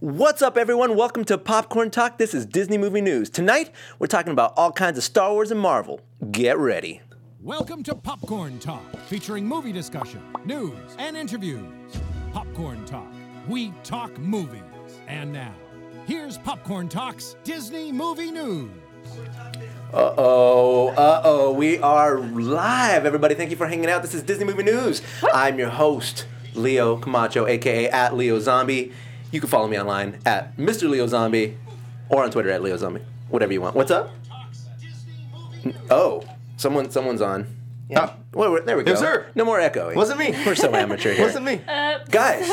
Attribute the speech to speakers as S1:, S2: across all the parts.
S1: What's up, everyone? Welcome to Popcorn Talk. This is Disney Movie News. Tonight, we're talking about all kinds of Star Wars and Marvel. Get ready.
S2: Welcome to Popcorn Talk, featuring movie discussion, news, and interviews. Popcorn Talk, we talk movies. And now, here's Popcorn Talk's Disney Movie News.
S1: Uh oh, uh oh, we are live, everybody. Thank you for hanging out. This is Disney Movie News. I'm your host, Leo Camacho, aka at Leo Zombie. You can follow me online at Mr. Leo Zombie or on Twitter at Leo Zombie. Whatever you want. What's up? Oh, someone, someone's on.
S3: Yeah.
S1: Well, we're- there we go.
S3: It was her.
S1: No more echoing.
S3: Wasn't me.
S1: We're so amateur here.
S3: Wasn't me.
S1: Guys,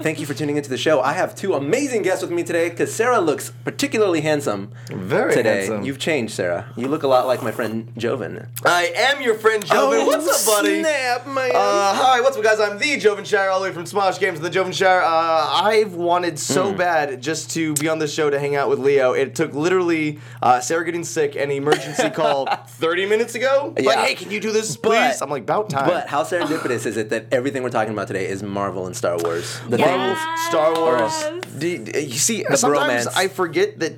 S1: thank you for tuning into the show. I have two amazing guests with me today because Sarah looks particularly handsome
S3: Very
S1: today.
S3: handsome.
S1: You've changed, Sarah. You look a lot like my friend Joven.
S3: I am your friend
S1: Oh,
S3: Joven. what's up, buddy?
S1: Snap, man.
S3: Uh, hi, what's up, guys? I'm the Joven Shire, all the way from Smosh Games in the Joven Shire. Uh, I've wanted
S1: Hmm.
S3: so bad just to be on the show to hang out with Leo. It took literally uh, Sarah getting sick and emergency call 30 minutes ago. Like,
S1: Yeah.
S3: hey, can you do this,
S1: But-
S3: please? I'm like, about time.
S1: but how serendipitous is it that everything we're talking about today is Marvel and Star Wars? The
S3: Marvel, Star
S1: Oh.
S3: Wars. Do you, do you see, sometimes
S1: bromance.
S3: I forget that.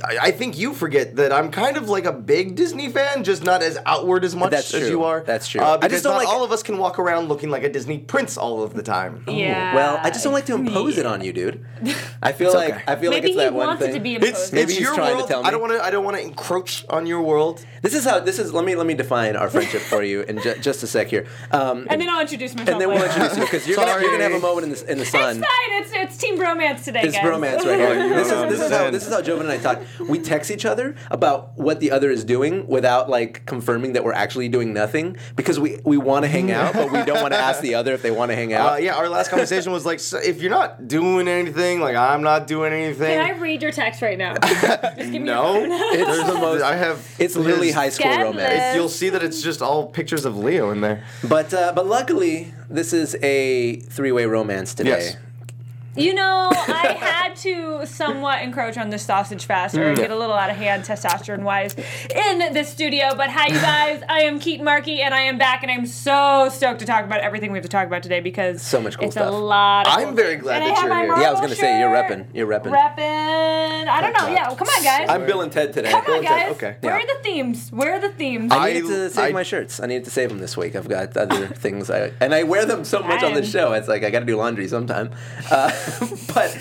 S3: I I think you forget that I'm kind of like a big Disney fan, just not as outward as much
S1: That's
S3: as
S1: true.
S3: you are.
S1: That's true. I
S3: Uh,
S1: just
S3: because
S1: don't
S3: not
S1: like-
S3: all of us can walk around looking like a Disney prince all of the time.
S4: Yeah.
S1: Well, I just don't like to impose it on you, dude. I feel like I feel like
S4: Maybe
S1: it's that
S4: he
S1: one
S4: wanted
S1: thing.
S4: to be a
S3: It's,
S4: poser.
S1: Maybe
S3: it's
S1: he's
S3: your
S1: trying to
S3: world.
S1: tell me.
S3: I don't want to. I don't want to encroach on your world.
S1: This is how this is. Let me let me define our friendship for you in ju- just a sec here. Um,
S4: and then I'll introduce myself.
S1: and then we'll
S4: later.
S1: introduce you because you're gonna, you're gonna have a
S3: Sorry.
S1: moment in the in the sun.
S4: It's fine. It's it's team bromance today,
S1: It's
S4: guys.
S1: bromance right here.
S3: you
S1: this,
S3: don't
S1: is, this is how
S3: understand.
S1: this is how Jovan and I talk. We text each other about what the other is doing without like confirming that we're actually doing nothing because we, we want to hang out, but we don't want to ask the other if they want to hang out.
S3: Uh, yeah, our last conversation was like, so if you're not doing anything, like I'm not doing anything.
S4: Can I read your text right now? Just give me
S3: no,
S4: your phone.
S3: it's the most. I have.
S1: It's literally
S3: his-
S1: high school
S4: Scandalous.
S1: romance.
S3: You'll see that it's just all pictures of Leo in there.
S1: But uh, but luckily this is a three way romance today.
S3: Yes.
S4: You know, I had to somewhat encroach on the sausage fast or
S1: Mm.
S4: get a little out of hand testosterone wise in the studio. But hi, you guys. I am Keaton Markey, and I am back, and I'm so stoked to talk about everything we have to talk about today because
S1: So much cool
S4: it's
S1: stuff.
S4: a lot. Of
S3: I'm
S4: cool
S3: very
S4: things.
S3: glad
S4: And
S3: that
S4: I have
S3: you're
S4: my
S3: here.
S1: Yeah, I was
S4: Marvel
S1: gonna say you're
S4: shirt.
S1: repping. You're repping.
S4: Reppin'. I don't know. Yeah, well, come on, guys.
S1: I'm Bill and Ted today.
S4: Come
S1: Bill and
S4: on,
S1: Ted.
S4: guys.
S3: okay.
S4: Where
S3: Yeah.
S4: are the themes? Where are the themes?
S1: I
S3: I-
S1: needed to save
S3: I-
S1: my shirts. I needed to save them this week. I've got other things. I and I wear them so much on the
S4: I'm-
S1: show. It's like I got to do laundry sometime. Uh, but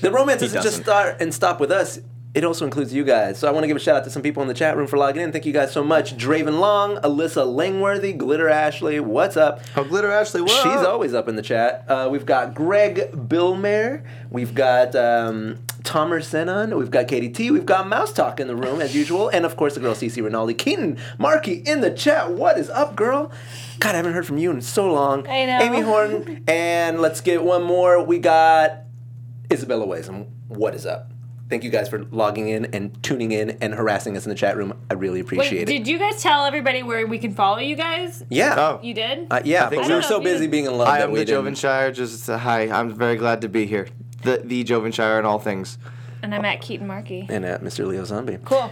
S1: the romance doesn't, just
S3: doesn't.
S1: start and stop with us. It also includes you guys. So I want to give a shout out to some people in the chat room for logging in. Thank you guys so much. Draven Long, Alyssa Langworthy, Glitter Ashley. What's up?
S3: Oh, Glitter Ashley, what?
S1: She's always up in the chat. Uh, we've got Greg Billmare. We've got um, Tomer Senon. We've got Katie T. We've got Mouse Talk in the room as usual. And of course, the girl Cece Rinaldi. Keaton Markey in the chat. What is up, girl? God, I haven't heard from you in so long.
S4: I know.
S1: Amy Horn. And let's get one more. We got Isabella Waism. What is up? Thank you guys for logging in and tuning in and harassing us in the chat room. I really
S4: Wait,
S1: appreciate it.
S4: did you guys tell everybody where we can follow you guys?
S1: yeah.
S3: Oh.
S4: You did?
S1: Uh, yeah, but we
S3: think so. I
S1: were
S4: don't
S1: so
S4: know if you-
S1: busy being in love
S3: I
S1: that
S3: am
S1: we
S3: the
S1: didn't.
S3: Jovenshire. Just uh, hi. I'm very glad to be here. The the Jovenshire in all things.
S4: And I'm at Keaton Markey.
S1: and at Mr. Leo Zombie.
S4: Cool.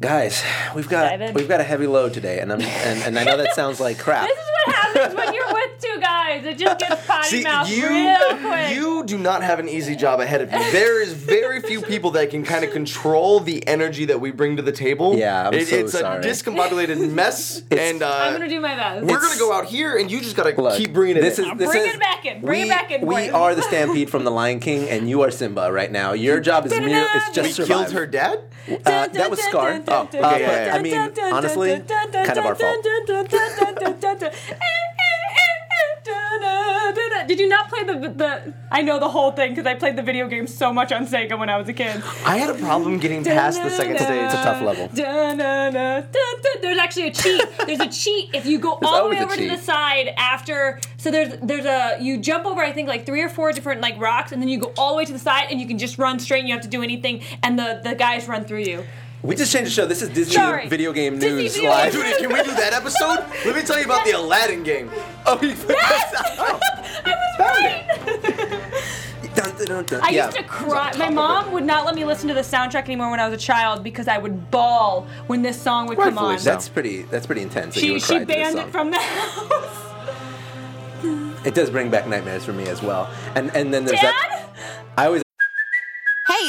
S1: Guys, we've got
S4: Dive in.
S1: we've got a heavy load today, and I'm and, and I know that sounds like crap.
S4: This is what happens when you're with two guys. It just gets potty
S3: See,
S4: mouth
S3: you
S4: real quick.
S3: you do not have an easy job ahead of you. There is very few people that can kind of control the energy that we bring to the table.
S1: Yeah, I'm so
S3: it's
S1: sorry.
S3: a discombobulated mess, and uh,
S4: I'm gonna do my best.
S3: we're gonna go out here, and you just gotta
S1: Look,
S3: keep bringing it.
S1: this
S3: in.
S1: is this
S4: Bring
S1: is-
S4: it back in. Bring it
S1: we-
S4: back in,
S1: We
S4: boys.
S1: are the Stampede from the Lion King, and you are Simba right now. Your job is mere is just
S3: we
S1: survive.
S3: killed her dad.
S1: Uh, that was Scar.
S4: Oh,
S1: Uh,
S3: okay,
S1: but,
S3: yeah, yeah.
S1: I mean, honestly,
S4: Eh,
S1: kind of our fault.
S4: the? eh, Did you not play the the? I know the whole thing because I played the video game so much on Sega when I was a kid.
S3: I had a problem getting past the second
S4: Da-na-na.
S3: stage.
S1: It's a tough level.
S4: Da-na-na, da-da. There's actually a cheat. There's a cheat if you go all the
S1: always
S4: way
S1: a
S4: over to
S1: cheat.
S4: the side after. So there's there's a you jump over I think like three or four different like rocks and then you go all the way to the side and you can just run straight. and You don't have to do anything and the the guys run through you.
S1: We just changed the show. This is Disney
S4: Sorry.
S1: video game
S4: Disney
S1: news
S4: video
S1: live.
S4: game-
S3: Dude, can we do that episode? Let me tell you about the Aladdin game.
S1: Oh, you
S4: I was right.
S1: Dun, dun, dun, dun.
S4: I
S1: Yeah.
S4: used to cry. My mom would not let me listen to the soundtrack anymore when I was a child because I would bawl when this song would come
S3: Rightfully
S4: on.
S3: so.
S1: That's pretty. That's pretty intense. that you
S4: She
S1: would
S4: she
S1: cry to this
S4: banned
S1: song.
S4: it from the house.
S1: It does bring back nightmares for me as well. And and then there's
S4: Dad.
S1: that. I always
S5: Hey,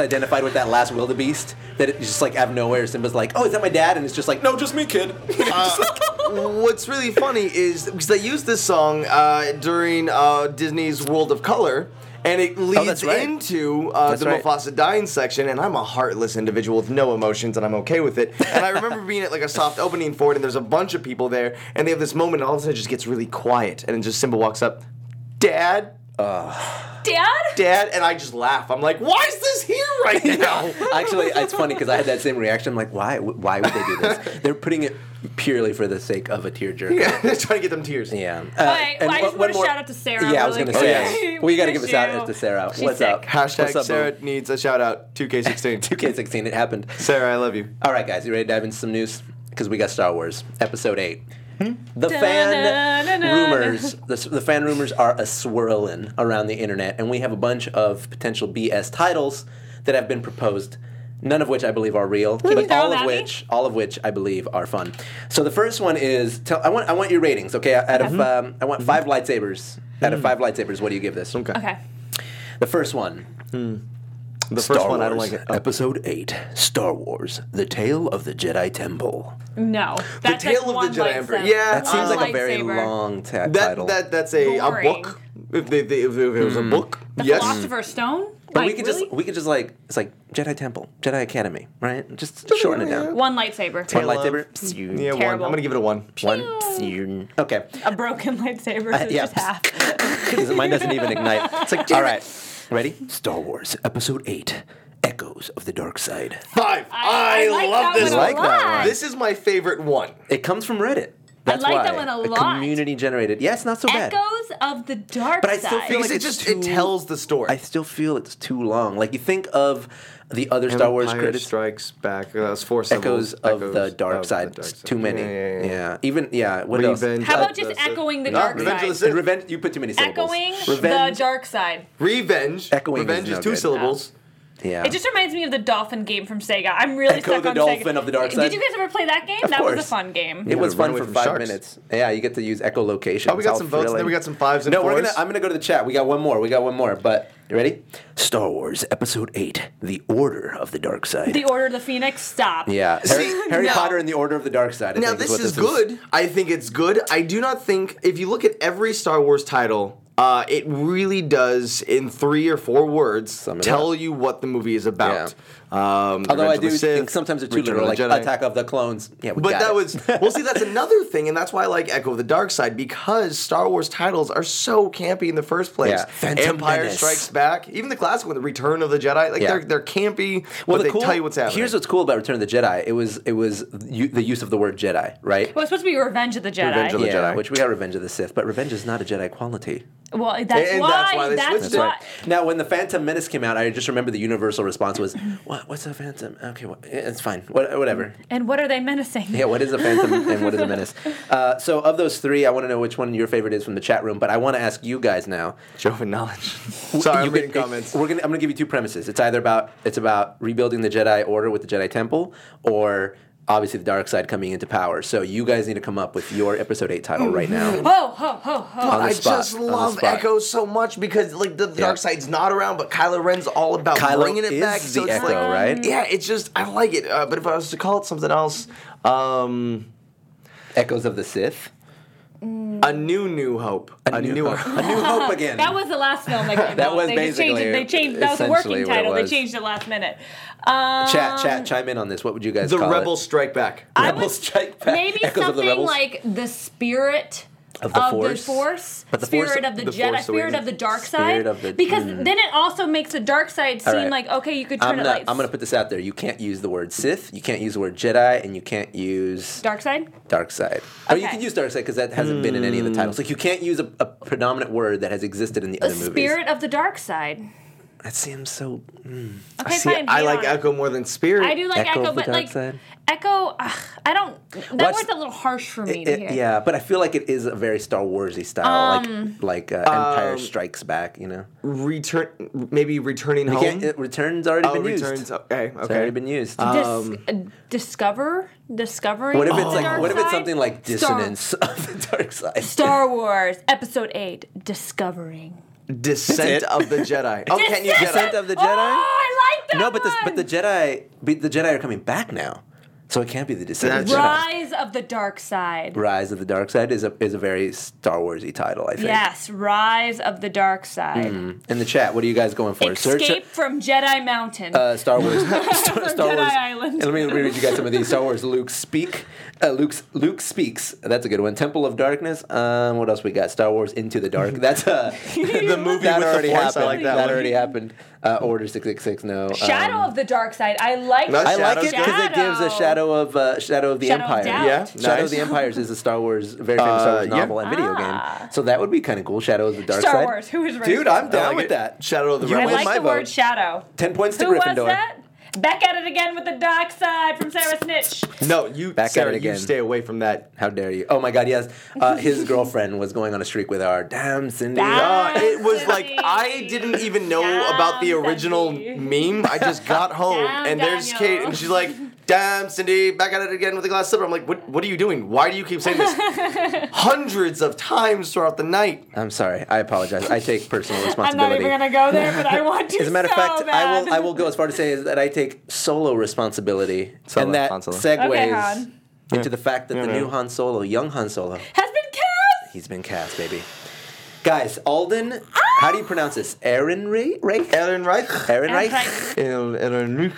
S1: identified with that last wildebeest that it just like out of nowhere Simba's like, "Oh, is that my dad?" and it's just like, "No, just me, kid."
S3: Uh. What's really funny is because they used this song uh, during uh, Disney's World of Color. And it leads
S1: Oh, that's right.
S3: into uh,
S1: That's
S3: the
S1: right.
S3: Mufasa dying section, and I'm a heartless individual with no emotions, and I'm okay with it. And I remember being at like a soft opening for it, and there's a bunch of people there, and they have this moment, and all of a sudden it just gets really quiet, and then just Simba walks up, Dad,
S4: Dad?
S3: Dad, and I just laugh. I'm like, Why is this here right now?
S1: Actually, it's funny because I had that same reaction. I'm like, "Why? Why would they do this?" They're putting it purely for the sake of a tearjerker.
S3: yeah, they're trying to get them tears.
S1: Yeah. Uh,
S4: Alright, well,
S1: and
S4: I
S1: one-
S4: just
S1: one
S4: wanna
S1: more-
S4: shout out to Sarah
S1: Yeah, I was
S4: really
S1: gonna say.
S4: quick.
S1: We got to
S4: We
S1: give a
S4: miss
S1: shout
S4: you.
S1: out to Sarah.
S4: She's
S1: What's up?
S4: sick.
S3: Hashtag
S1: What's up,
S3: Sarah
S1: boo?
S3: needs a shout out. 2K16.
S1: 2K16. It happened.
S3: Sarah, I love you.
S1: All right, guys, you ready to dive into some news? Because we got Star Wars Episode Eight.
S3: Hmm?
S1: The fan
S4: Da-na-na-na-na.
S1: rumors, the, s- the fan rumors are a swirling around the internet, and we have a bunch of potential BS titles that have been proposed. None of which I believe are real, but
S4: throw
S1: all
S4: them
S1: of
S4: at me?
S1: which, all of which I believe are fun. So the first one is tell. I want I want your ratings. Okay, out of um, I want five lightsabers. Out of five lightsabers, what do you give this? Okay.
S4: Okay.
S1: The first one.
S3: The
S1: Star
S3: first one,
S1: Wars,
S3: I don't like it. Oh.
S1: Episode Eight: Star Wars: The Tale of the Jedi Temple.
S4: No. That's
S3: Tale
S4: like
S3: of the
S4: one
S3: Jedi
S4: lightsaber.
S3: Emperor. Yeah,
S1: That seems
S4: One
S1: like a very
S4: lightsaber.
S1: long ta-
S3: That,
S1: title. Hmm.
S3: that that's a, a
S4: Boring.
S3: book. If, they, they, if it was a book,
S4: The
S3: yes.
S4: Philosopher's Stone?
S1: Mm. but
S4: like,
S1: we could
S4: really?
S1: just we could just like it's like Jedi Temple, Jedi Academy, right? Just shorten it down.
S4: one lightsaber.
S1: One
S3: Love.
S1: lightsaber. Psew.
S3: Mm, Yeah, one.
S4: Terrible.
S3: I'm gonna give it a one.
S1: One. psew. Okay.
S4: a broken lightsaber. so it's
S1: yeah.
S4: just half.
S1: Mine doesn't even ignite. It's like all right. Ready? Star Wars Episode Eight: Echoes of the Dark Side.
S3: Five.
S4: I- I like that one a
S1: I like that lot. one.
S3: This is my favorite one.
S1: It comes from Reddit. That's
S4: like
S1: why.
S4: that one a lot.
S1: Community generated. Yeah, it's not so bad.
S4: Echoes of the Dark
S1: But I still
S4: Side.
S1: feel like
S3: Because it
S1: it's
S3: just
S1: too-
S3: it tells the story.
S1: I still feel it's too long. Like you think of the other Star Wars
S3: Empire
S1: credits,
S3: Strikes Back. That was four
S1: echoes
S3: syllables.
S1: of the
S3: Echoes
S1: dark
S3: of the
S1: side.
S3: dark
S1: It's
S3: side.
S1: too many.
S3: Yeah, yeah, yeah.
S1: Even yeah. What else?
S3: Revenge
S4: How about
S3: of
S4: just
S3: the Sith.
S4: echoing the
S3: No,
S4: dark
S3: Revenge
S4: side?
S3: of the
S1: And
S3: Sith.
S1: revenge. You put too many syllables.
S4: Echoing
S1: revenge,
S4: the Dark Side.
S3: Revenge.
S1: Echoing is
S3: Revenge
S1: no
S3: is two
S1: good.
S3: syllables.
S1: Yeah.
S4: It just reminds me of the dolphin game from Sega. I'm really
S1: Echo
S4: stuck
S1: the
S4: on
S1: Dolphin
S4: Sega.
S1: of the Dark Side.
S4: Did you guys ever play that game?
S1: Of
S4: that was
S1: course.
S4: a fun game.
S1: It was
S3: gotta
S1: fun
S3: run away
S1: for
S3: from
S1: five
S3: sharks.
S1: minutes. Yeah, you get to use echolocation.
S3: Oh, we got
S1: It's
S3: some
S1: all
S3: votes, and then
S1: thrilling.
S3: we got some fives and
S1: no, we're gonna.
S3: fours.
S1: I'm gonna go to the chat. We got one more. We got one more. But you ready? Star Wars Episode Eight: The Order of the Dark Side.
S4: The Order of the Phoenix. Stop.
S1: yeah, Harry,
S3: See,
S1: Harry
S3: now-
S1: Potter and the Order of the Dark Side. I
S3: Now
S1: think
S3: this
S1: what
S3: is good. I think it's good. I do not think if you look at every Star Wars title, uh, it really does in three or four words
S1: Sum it
S3: tell
S1: up.
S3: you what the movie is about. Um,
S1: Although
S3: Revenge
S1: I
S3: of the
S1: do think
S3: Sith,
S1: sometimes it's too
S3: Return
S1: literal, like
S3: of the Jedi.
S1: Attack of the Clones. Yeah, we
S3: But
S1: got
S3: that
S1: it.
S3: was well. See, that's another thing, and that's why I like Echo of the Dark Side because Star Wars titles are so campy in the first place.
S1: Yeah. Phantom
S3: Empire
S1: Menace.
S3: Strikes Back, even the classic one, The Return of the Jedi, like
S1: Yeah.
S3: they're they're campy,
S1: Well,
S3: but
S1: the
S3: they
S1: cool,
S3: tell you what's happening.
S1: Here's what's cool about Return of the Jedi. It was it was u- the use of the word Jedi, right?
S4: Well, it's supposed to be Revenge of the Jedi.
S3: Revenge of the
S1: yeah,
S3: Jedi.
S1: which we got Revenge of the Sith, but Revenge is not a Jedi quality.
S4: Well, that's
S3: And
S4: why.
S3: that's why they
S4: that's
S3: switched it.
S4: why.
S1: Now, when the Phantom Menace came out, I just remember the universal response was, "What? What's a Phantom? Okay, what, it's fine. What, whatever.
S4: And what are they menacing?
S1: Yeah, what is a Phantom and what is a Menace? Uh, so, of those three, I want to know which one your favorite is from the chat room. But I want to ask you guys now.
S3: Joven knowledge. Sorry,
S1: You
S3: I'm reading
S1: can-
S3: comments.
S1: We're gonna, I'm gonna give you two premises. It's either about it's about rebuilding the Jedi Order with the Jedi Temple, or obviously the dark side coming into power. So you guys need to come up with your episode eight title right now.
S4: Ho, ho, ho, ho.
S1: on the
S3: I
S1: spot,
S3: just
S1: on the
S3: love
S1: spot.
S3: Echo so much because like the
S1: Yeah.
S3: Dark Side's not around, but Kylo Ren's all about
S1: Kylo
S3: bringing it
S1: is
S3: back.
S1: the
S3: so it's
S1: Echo,
S3: like,
S1: right?
S3: Yeah, it's just I like it. Uh, but if I was to call it something else, um,
S1: Echoes of the Sith.
S3: a new New Hope, a, new,
S1: a new hope again.
S4: That was the last film that came
S1: That
S4: out.
S1: was
S4: they just changed
S1: basically
S4: it. They changed. That was a working
S1: essentially what it
S4: title. They
S1: was.
S4: changed it last minute. Um,
S1: chat, chat, chime in on this. What would you guys
S3: the
S1: call
S3: Rebel
S1: it?
S3: Strike Back.
S4: I
S1: Rebel
S4: would-
S1: Strike Back.
S4: Maybe
S1: Echoes of the
S4: something
S1: Rebels?
S4: like the spirit
S1: Of the Force?
S4: Force,
S1: But the
S4: spirit
S1: Force-
S4: of the,
S3: the
S4: Jedi,
S3: Force
S4: spirit of the dark side.
S1: Spirit of the-
S4: because
S1: mm.
S4: then it also makes the dark side seem
S1: All right.
S4: like okay, you could turn
S1: I'm,
S4: it
S1: not,
S4: like
S1: I'm gonna put this out there. You can't use the word Sith. You can't use the word Jedi, and you can't use
S4: dark side.
S1: dark side. Oh, you
S4: Okay.
S1: can use dark side because that hasn't been in any of the titles. Like you can't use a, a predominant word that has existed in the,
S4: The
S1: other movies.
S4: spirit of the dark side.
S1: That seems so. mm.
S4: Okay,
S3: See,
S4: fine.
S3: I
S4: hang
S3: like
S4: on.
S3: Echo more than Spirit.
S4: I do like
S1: Echo
S4: Echo,
S1: of the
S4: but
S1: Dark
S4: like
S1: Side.
S4: Echo, ugh, I don't. That
S1: Watch-
S4: word's a little harsh for me to
S1: It-
S4: hear.
S1: yeah, but I feel like it is a very Star Warsy style,
S4: Um,
S1: like like uh, Empire
S3: um,
S1: Strikes Back. You know,
S3: Return, maybe returning
S1: You
S3: home.
S1: can't- it- returns already
S3: oh,
S1: been
S3: returns.
S1: used.
S3: Okay,
S1: It's
S3: okay.
S1: already been used.
S4: Dis- uh, discover, discovering.
S1: um, what if it's
S3: oh.
S4: the
S1: like
S4: dark
S1: what if it's
S4: side?
S1: something like
S4: Star-
S1: dissonance of the dark side?
S4: Star Wars Episode Eight: Discovering.
S3: Descent of the Jedi. Oh, can you
S1: Descent
S3: Jedi?
S1: of the Jedi.
S4: Oh, I like that.
S1: no, but the but the
S4: one!
S1: Jedi but the Jedi are coming back now, so it can't be the Descent of the
S3: That's-
S1: Jedi.
S4: Rise of the Dark Side.
S1: Rise of the Dark Side is a is a very Star Warsy title, I think.
S4: Yes, Rise of the Dark Side.
S1: In the chat, what are you guys going for?
S4: Escape from Jedi Mountain.
S1: uh, Star Wars. Star, Star
S4: Jedi
S1: Wars.
S4: Island.
S1: And let me let me read you guys some of these. Star Wars. Luke speak. Uh, Luke's Luke speaks. That's a good one. Temple of Darkness. Um, what else we got? Star Wars Into the Dark. That's uh, the
S3: movie
S1: that
S3: with the
S1: already
S3: Force, I
S1: happened.
S3: like that one.
S1: already happened. Uh, Order six six six. No.
S4: Shadow
S1: um,
S4: of the Dark Side. I like.
S3: That's
S1: I like
S3: Shadow's
S1: it because it gives a shadow of uh, shadow of the
S4: Shadow of
S1: Empire.
S4: Doubt.
S3: Yeah,
S1: Shadow of
S3: nice.
S1: the Empires is a Star Wars, very famous Star Wars
S3: yeah.
S1: novel and video game. So that would be kind of cool. Shadow of the Dark
S4: Ah. Star
S1: Side.
S4: Wars, who is ready
S1: Dude,
S4: for
S1: I'm
S4: that?
S1: down
S3: I like
S1: with
S3: it.
S1: that.
S3: Shadow of the
S1: You
S4: I
S3: Rebel.
S1: win
S4: like
S1: my
S4: the word
S1: vote.
S4: shadow.
S1: Ten points to
S4: Who
S1: Gryffindor.
S4: was that? Back at it again with the dark side from Sarah Snitch.
S3: No, you
S1: Back at
S3: Sarah,
S1: it again.
S3: You stay away from that.
S1: How dare you? Oh my God, yes. Uh, his girlfriend was going on a streak with our damn Cindy.
S4: Damn.
S3: Uh, it was like
S4: Cindy.
S3: I didn't even know about the
S4: Damn,
S3: original
S4: Cindy.
S3: meme. I just got home
S4: Damn,
S3: and there's
S4: Daniel.
S3: Kate, and she's like, "Damn, Cindy, back at it again with a glass slipper." I'm like, "What? What are you doing? Why do you keep saying this hundreds of times throughout the night?"
S1: I'm sorry. I apologize. I take personal
S4: I'm not
S1: responsibility.
S4: even gonna go there, but I want to.
S1: As a matter of
S4: so
S1: fact, I will.
S4: bad.
S1: I will go as far to say is that I take solo responsibility,
S3: Solo
S1: and that
S3: responsibility.
S4: Okay,
S1: segues
S4: Han.
S1: into the fact that the new Han Solo, young Han Solo,
S4: Has been cast.
S1: He's been cast, baby. Guys, Alden, how do you pronounce this? Aaron Ray? Reich?
S3: Aaron Reich.
S1: Aaron Reich?
S4: Right.
S3: Aaron- Aaron Reich.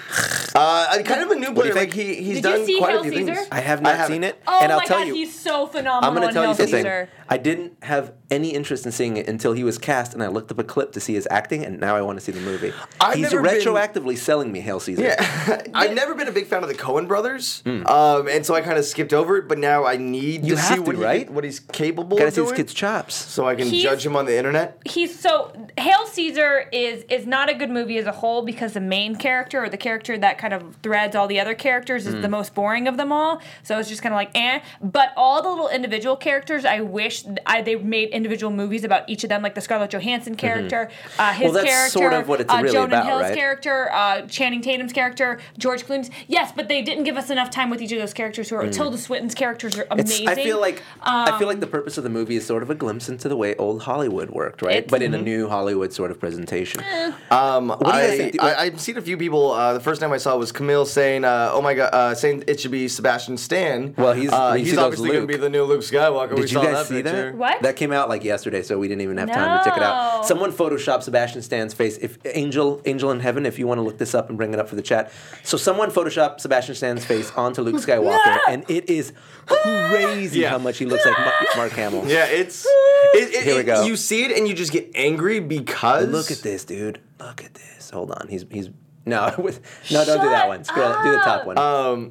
S3: Uh, kind of a new
S1: What do you
S3: player.
S1: think?
S3: Like he, he's
S4: Did you
S3: done
S4: see
S3: quite
S4: Hail
S3: a few
S4: Caesar?
S3: things.
S1: I have not
S3: haven't.
S1: seen it,
S4: Oh
S1: and I'll
S4: my
S1: tell
S4: god,
S1: you,
S4: he's so phenomenal.
S1: I'm going to
S4: in
S1: tell you
S4: Hail
S1: something.
S4: Caesar.
S1: I didn't have any interest in seeing it until he was cast, and I looked up a clip to see his acting, and now I want to see the movie.
S3: I've
S1: he's
S3: never been-
S1: retroactively selling me Hail Caesar.
S3: Yeah, I've never been a big fan of the Cohen brothers, um, and so I kind of skipped over it. But now I need
S1: Hmm. You
S3: to
S1: have
S3: see
S1: to,
S3: what, he
S1: right?
S3: can- what he's capable
S1: Gotta
S3: of
S1: see
S3: doing,
S1: this kid's chops.
S3: so I can
S4: He's-
S3: judge him on the internet.
S4: he's so Hail Caesar is is not a good movie as a whole because the main character or the character that kind of threads all the other characters is the
S1: Hmm.
S4: most boring of them all. So it's just kind of like eh. But all the little individual characters, I wish th- I, they made individual movies about each of them, like the Scarlett Johansson character, uh, his
S1: Mm-hmm. Well, that's
S4: character,
S1: sort of what it's
S4: uh,
S1: really
S4: Jonah
S1: about,
S4: Hill's
S1: right?
S4: character, uh, Channing Tatum's character, George Clooney's. Yes, but they didn't give us enough time with each of those characters. Who are Tilda Swinton's characters are
S1: Mm. It's-
S4: amazing.
S1: I feel like I feel like the purpose of the movie is sort of a glimpse into the way old Hollywood worked, right?
S4: It's-
S1: But in a new Hollywood sort of presentation. do you guys
S3: I,
S1: think? Do-
S3: I, I've seen a few people. Uh, the first time I saw was Camille saying, uh, "Oh my god," uh, saying it should be Sebastian Stan.
S1: Well, he's-
S3: uh,
S1: he
S3: he's
S1: goes
S3: obviously going
S1: Luke.
S3: to be the new Luke Skywalker. we
S1: Did you
S3: saw
S1: guys
S3: that
S1: see
S3: picture.
S1: that?
S4: What?
S1: That came out like yesterday, so we didn't even have time to check it out.
S4: No.
S1: Someone photoshopped Sebastian Stan's face. If Angel, Angel in Heaven, if you want to look this up and bring it up for the chat. So someone photoshopped Sebastian Stan's face onto Luke Skywalker, and it is crazy
S3: Yeah.
S1: how much he looks like Mark, Mark Hamill.
S3: Yeah, it's it, it,
S1: Here we
S3: it-
S1: go.
S3: You see it and you just get angry because
S1: Look at this, dude. Look at this. Hold on. He's he's no, with, no, don't do that
S4: Shut
S1: one. Scroll, do the top one.
S3: Um,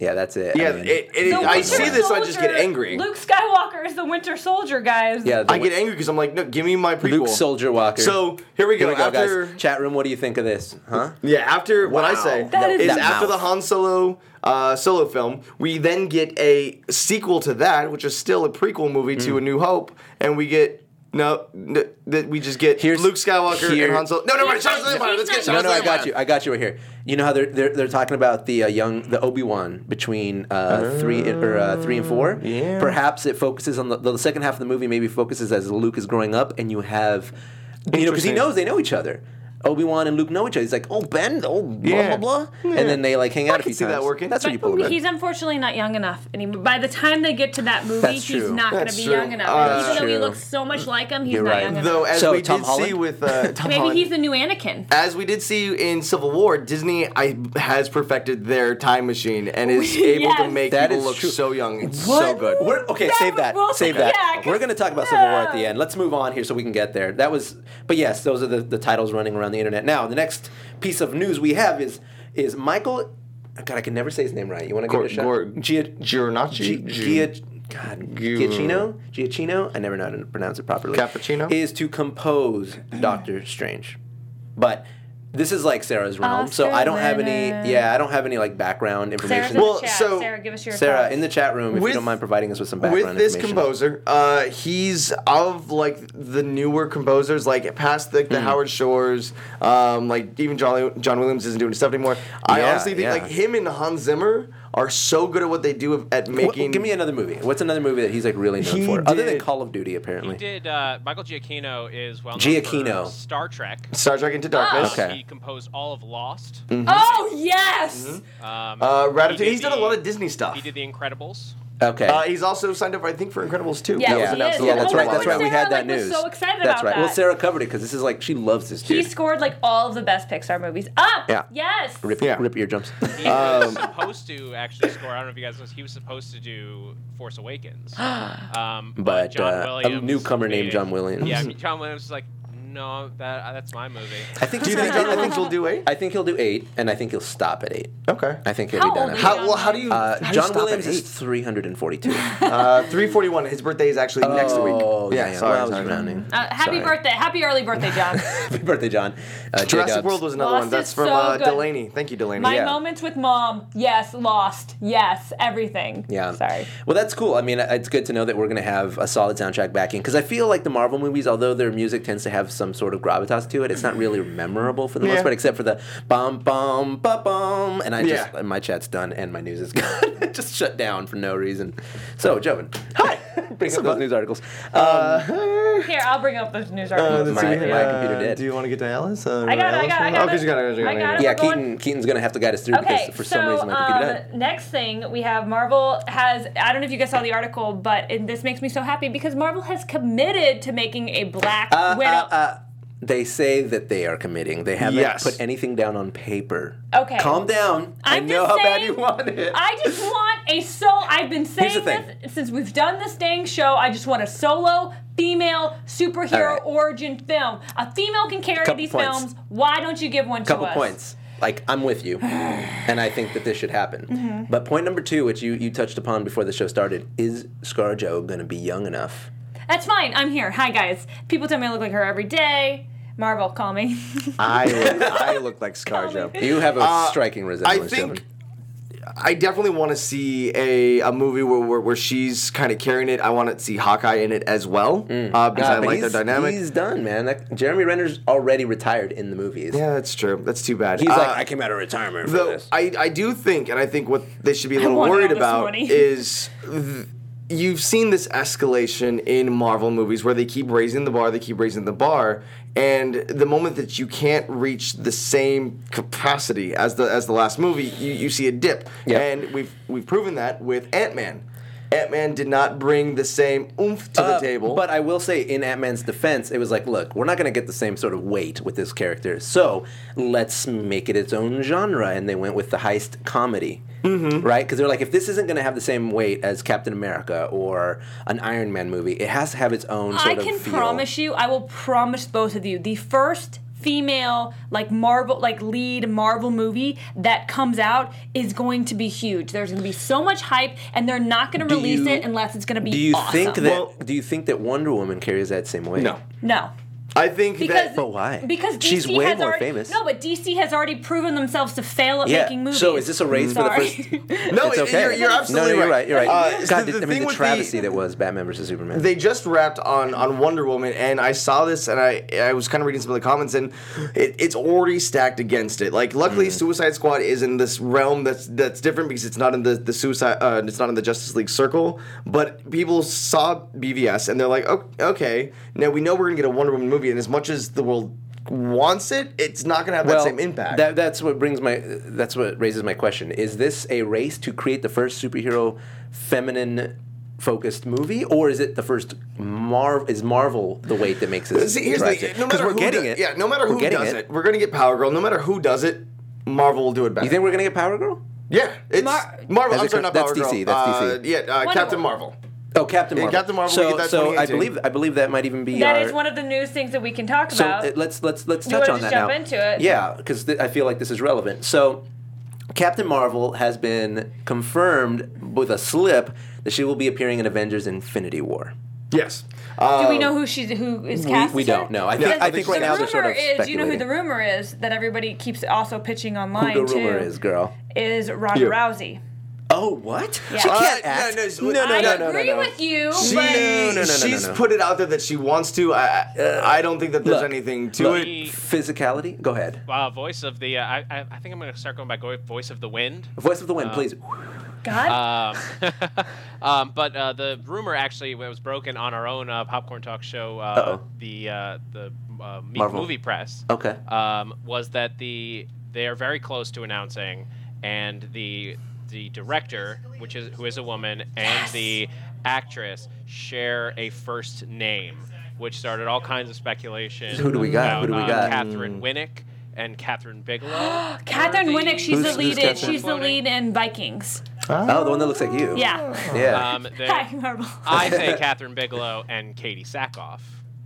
S1: yeah, that's it.
S3: yeah,
S1: I mean,
S3: it, it,
S4: The
S3: I
S4: Winter
S3: see this, I just get
S4: Soldier-
S3: angry.
S4: Luke Skywalker is the Winter Soldier, guys.
S1: yeah. The,
S3: I get angry because I'm like, no, give me my prequel.
S1: Luke Soldier Walker.
S3: So here we go.
S1: Here we go,
S3: after
S1: guys. Chat room. What do you think of this? Huh?
S3: yeah, after what I
S1: Wow.
S3: say
S4: That is-
S3: is
S4: That
S3: after
S1: mouth.
S3: the Han Solo uh, solo film, we
S1: Hmm.
S3: then get a sequel to that, which is still a prequel movie to A New Hope, and we get No, n- that we just get
S1: Here's-
S3: Luke Skywalker
S1: here-
S3: and Han Solo. No, no,
S4: He's
S3: Shadows of
S4: like-
S3: the Empire. Let's get
S4: he's
S1: No,
S3: Shadows
S1: no,
S3: of
S1: I
S3: the Empire.
S1: got you. I got you right here. You know how they're they're, they're talking about the uh, young the Obi Wan between uh, three and- or uh, three and four.
S3: Yeah.
S1: Perhaps it focuses on the, the second half of the movie. Maybe focuses as Luke is growing up, and you have you know because he
S3: Interesting.
S1: knows they know each other. Obi Wan and Luke know each other. He's like, oh Ben, oh blah
S3: Yeah.
S1: blah blah,
S3: Yeah.
S1: and then they like hang out
S3: I
S1: a
S3: can
S1: few
S3: see that
S1: times.
S3: working.
S1: That's where you pull
S4: But
S1: him
S4: he's
S1: in.
S4: unfortunately not young enough anymore. By the time they get to that movie,
S1: That's
S4: he's
S1: true.
S4: not going to
S3: That's
S4: be
S3: true.
S4: young enough.
S3: Uh,
S4: Even though he
S1: true.
S4: looks so much like him, he's
S1: You're
S4: not
S1: right.
S4: young enough.
S3: Though, as
S1: So,
S3: we
S1: Tom
S3: did see
S1: Holland?
S3: with uh, Tom
S4: Maybe
S3: Holland,
S4: he's the new Anakin.
S3: as we did see in Civil War, Disney I, has perfected their time machine and is able to
S4: Yes.
S3: make
S1: That
S3: people
S1: is
S3: look
S1: true.
S3: so young. It's so
S1: What?
S3: good.
S1: We're, okay,
S4: Yeah,
S1: save
S4: but
S1: that.
S4: we'll-
S1: Save that.
S4: yeah, 'cause-
S1: We're going to talk about Civil War at the end. Let's move on here so we can get there. That was, but yes, those are the, the titles running around the internet. Now, the next piece of news we have is is Michael. God, I can never say his name right. You want to give
S3: Gor-
S1: it a shot?
S3: Gor-
S1: Gia-
S3: Giornacci?
S1: Gi- Gia- God, Giacchino? Giacchino? I never know how to pronounce it properly.
S3: Cappuccino?
S1: Is to compose Doctor Strange. But this is like Sarah's realm, so I
S4: Oscar
S1: don't have any,
S4: winner.
S1: yeah, I don't have any like background
S4: Sarah's
S1: information.
S4: in the
S3: Well,
S4: chat.
S3: so-
S4: Sarah, give us your
S1: Sarah,
S4: thoughts.
S1: in the chat room, if
S3: With-
S1: you don't mind providing us with some background
S3: with this
S1: information.
S3: composer, uh, he's of like the newer composers, like past like the
S1: Hmm.
S3: Howard Shores, um, like even John John Williams isn't doing stuff anymore. I
S1: Yeah,
S3: honestly think
S1: yeah.
S3: like him and Hans Zimmer are so good at what they do
S1: What-
S3: at making.
S1: give me another movie. What's another movie that he's like really known
S3: He
S1: for, other than
S3: did-
S1: Call of Duty? Apparently,
S6: He did. Uh, Michael Giacchino is well known
S1: Giacchino.
S6: for Star Trek.
S3: Star Trek Into
S6: Uh,
S3: Darkness.
S1: Okay. Mm.
S6: He composed all of Lost.
S4: Oh yes.
S1: Mm-hmm.
S6: Um,
S3: Uh, Ratatouille.
S6: he did
S3: he's done a
S6: the-
S3: lot of Disney stuff.
S6: He did The Incredibles.
S1: okay.
S3: Uh, he's also signed up, I think, for Incredibles too.
S4: Yes,
S3: that was
S4: he
S3: announced
S4: is.
S3: a
S1: yeah,
S3: little
S1: that's
S4: Oh
S1: right.
S4: my
S3: while
S1: That's
S4: God,
S1: right.
S3: ago.
S1: we had
S4: Sarah,
S1: that
S4: like, was
S1: news.
S4: so excited
S1: that's
S4: about
S1: right. Well,
S4: that.
S1: Sarah covered it because this is like she loves this
S4: He
S1: dude.
S4: scored like all of the best Pixar movies. Up.
S1: Yeah.
S4: Yes.
S1: Rip,
S3: Yeah.
S1: rip eardrums.
S6: He
S1: Um,
S6: was supposed to actually score. I don't know if you guys know. He was supposed to do Force Awakens. Um,
S1: But,
S6: but, John
S1: uh, a
S6: Williams
S1: newcomer named
S6: made-
S1: John Williams.
S6: Yeah, John Williams was like, no, that that's my movie.
S1: I think.
S3: Do you think
S1: he's
S3: John
S1: gonna-
S3: Williams will do eight?
S1: I think he'll do eight, and I think he'll stop at eight.
S3: Okay.
S1: I think he'll
S4: How
S1: be done.
S4: old
S1: at
S4: is
S1: eight.
S3: How, well, how do you?
S1: Uh,
S3: how do you
S1: John
S3: stop at
S1: Williams is
S3: eight?
S1: 342.
S3: Uh, 341. His birthday is actually next week.
S1: Oh,
S3: yeah,
S1: damn.
S3: sorry,
S1: Well, I was
S3: sorry.
S1: rounding.
S4: Uh, happy
S1: Sorry.
S4: birthday. Happy early birthday, John.
S1: Happy birthday, John. Uh,
S3: Jurassic
S1: J-Dubs.
S3: World was another
S4: Lost
S3: one. That's
S4: is
S3: from
S4: so
S3: uh,
S4: good.
S3: Delaney. Thank you, Delaney.
S4: My
S3: yeah.
S4: moments with mom. Yes. Lost. Yes. Everything.
S1: Yeah.
S4: Sorry.
S1: Well, that's cool. I mean, it's good to know that we're going to have a solid soundtrack backing because I feel like the Marvel movies, although their music tends to have some sort of gravitas to it, it's not really memorable for the
S3: Yeah.
S1: most part, except for the bum bum ba bum. And I just
S3: Yeah.
S1: my chat's done and my news is gone. It just shut down for no reason. So, Jovan, hi. Bring up those news articles. Um,
S4: Here, I'll bring up those news
S3: Uh,
S4: articles.
S3: let's
S1: my-
S3: see,
S1: my
S3: uh,
S1: computer did.
S3: Do you want to get to Alice? Uh,
S4: I got it, I got it, I got
S3: Oh, 'cause
S4: it.
S3: you got it. you
S4: I got it.
S1: yeah,
S4: we're going-
S1: Keaton. Keaton's going to have to guide us through
S4: Okay,
S1: because for
S4: so
S1: some reason my computer died.
S4: um, next thing we have Marvel has I don't know if you guys saw the article, but it, this makes me so happy because Marvel has committed to making a
S1: Uh,
S4: Black Widow.
S1: They say that they are committing. They haven't
S3: Yes.
S1: put anything down on paper.
S4: Okay.
S1: Calm down. i
S4: I'm
S1: know
S4: just
S1: how bad
S4: saying-
S1: you want it.
S4: I just want a solo. I've been
S1: the
S4: saying
S1: thing.
S4: this since we've done this dang show. I just want a solo female superhero
S1: All right.
S4: origin film. A female can carry
S1: Couple
S4: these
S1: points.
S4: films. Why don't you give one
S1: couple
S4: to us?
S1: points. Like I'm with you, and I think that this should happen.
S4: Mm-hmm.
S1: But point number two, which you, you touched upon before the show started, is ScarJo going to be young enough?
S4: That's fine. I'm here. Hi guys. People tell me I look like her every day. Marvel, call me.
S3: I look, I look like ScarJo.
S1: You have a striking
S3: Uh, I
S1: resemblance.
S3: think.
S1: Jovan.
S3: I definitely want to see a, a movie where, where, where she's kind of carrying it. I want to see Hawkeye in it as well uh, because
S1: Ah,
S3: I
S1: but
S3: like their
S1: he's-
S3: dynamic.
S1: He's done, man. That, Jeremy Renner's already retired in the movies.
S3: yeah, that's true. That's too bad.
S1: He's
S3: Uh,
S1: like, I came out of retirement for
S3: Though
S1: this.
S3: I, I do think, and I think what they should be a little
S4: wanted
S3: worried
S4: all this
S3: about
S4: money.
S3: is th- you've seen this escalation in Marvel movies where they keep raising the bar, they keep raising the bar, and the moment that you can't reach the same capacity as the as the last movie, you, you see a dip.
S1: Yeah.
S3: And we've we've proven that with Ant Man. Ant Man did not bring the same oomph to the
S1: Uh,
S3: table.
S1: But I will say, in Ant Man's defense, it was like, look, we're not going to get the same sort of weight with this character, so let's make it its own genre. And they went with the heist comedy,
S3: Mm-hmm.
S1: right? Because they're like, if this isn't going to have the same weight as Captain America or an Iron Man movie, it has to have its own sort
S4: I
S1: of
S4: can
S1: feel.
S4: promise you, I will promise both of you, the first female like Marvel like lead Marvel movie that comes out is going to be huge. There's going to be so much hype and they're not going to
S1: Do
S4: release
S1: you-
S4: it unless it's going to be
S1: Do you
S4: awesome.
S1: think that?
S3: Well-
S1: do you think that Wonder Woman carries that same weight?
S3: no.
S4: No.
S3: I think
S4: Because,
S3: that
S1: But why?
S4: Because DC
S1: She's way
S4: has
S1: more
S4: already,
S1: famous.
S4: No, but DC has already proven themselves to fail at
S1: Yeah,
S4: making movies.
S1: so is this a race for the
S4: Sorry.
S1: first-
S3: no,
S1: it's
S3: it-
S1: okay.
S3: you're, you're absolutely
S1: no, no, you're right.
S3: right.
S1: You're right.
S3: Uh,
S1: God,
S3: the-
S1: the,
S3: the
S1: I mean,
S3: thing
S1: the
S3: with the-
S1: travesty that was Batman versus Superman.
S3: They just wrapped on on Wonder Woman, and I saw this, and I I was kind of reading some of the comments, and it, it's already stacked against it. Like, luckily,
S1: Mm-hmm.
S3: Suicide Squad is in this realm that's that's different because it's not in the the suicide, uh, it's not in the Justice League circle. But people saw BVS, and they're like, oh, okay, now we know we're gonna get a Wonder Woman movie, and as much as the world wants it, it's not gonna have
S1: well,
S3: that same impact.
S1: That, that's what brings my. That's what raises my question: Is this a race to create the first superhero, feminine? Focused movie, or is it the first Marv? Is Marvel the weight that makes this?
S3: See, here's the thing. No matter
S1: we're
S3: who
S1: getting
S3: do-
S1: it.
S3: Yeah, no matter
S1: We're
S3: who
S1: getting
S3: does it. we're gonna get Power Girl. No matter who does it, Marvel will do it better.
S1: You think we're gonna get Power Girl?
S3: Yeah, it's
S4: Mar-
S3: Marvel.
S1: That's
S3: I'm
S1: a-
S3: sorry, not
S1: that's
S3: Power
S1: DC,
S3: Girl.
S1: that's
S3: Uh,
S1: DC.
S3: yeah, uh,
S4: Wonder
S3: Captain
S4: Woman.
S3: Marvel.
S1: Oh, Captain
S3: Yeah,
S1: Marvel.
S3: Captain Marvel, we
S1: So,
S3: get that
S1: so I
S3: 2018.
S1: believe I believe that might even be
S4: That
S1: our,
S4: is one of the news things that we can talk
S1: So
S4: about.
S1: uh, let's let's let's
S4: Do you
S1: touch
S4: wanna
S1: on that
S4: just jump
S1: now.
S4: into it?
S1: Yeah, because th- I feel like this is relevant. So, Captain Marvel has been confirmed with a slip that she will be appearing in Avengers: Infinity War.
S3: Yes.
S4: Do we know who she's who is cast?
S1: we
S4: yet?
S1: don't know. I think-
S4: Because
S1: I think
S4: the
S1: right now they're sort
S4: rumor
S1: of
S4: is you know who the
S1: speculating.
S4: rumor is that everybody keeps also pitching online
S1: Who the
S4: too
S1: rumor is, girl?
S4: is Ronda
S3: Yeah.
S4: Rousey.
S1: Oh, what?
S4: Yeah.
S1: She
S4: Uh,
S1: can't
S3: no,
S1: act.
S3: no,
S1: No,
S3: so-
S1: no, no,
S4: I
S1: no, no,
S4: agree
S1: no.
S4: with you,
S3: She,
S4: but
S1: no, no, no,
S3: Oh, she's
S1: no.
S3: put it out there that she wants to. I, I don't think that there's
S1: Look,
S3: anything to
S1: look,
S3: it.
S1: Physicality. Go ahead.
S6: Uh, voice of the. Uh, I, I I think I'm gonna start going by go- voice of the wind.
S1: Voice of the wind, please.
S4: God,
S6: Um, but uh, the rumor actually was broken on our own uh, popcorn talk show. Uh,
S1: Uh-oh.
S6: the uh, the uh, Meek
S1: Marvel.
S6: movie press.
S1: Okay.
S6: Um, was that the they are very close to announcing, and the the director, which is who is a woman, and the actress share a first name, which started all kinds of speculation.
S1: Who do we got?
S6: about,
S1: Who do we
S6: uh,
S1: got? Mm.
S6: Catherine Winnick and Catherine Bigelow.
S4: Catherine
S6: were the-
S4: Winnick, she's
S1: Who's-
S4: the lead.
S1: who's
S4: In,
S1: Catherine?
S4: she's the lead in Vikings.
S1: Oh, the one that looks like you.
S4: Yeah.
S1: Yeah.
S6: Um, the-
S4: Hi, Marvel.
S6: I say Catherine Bigelow and Katie Sackhoff,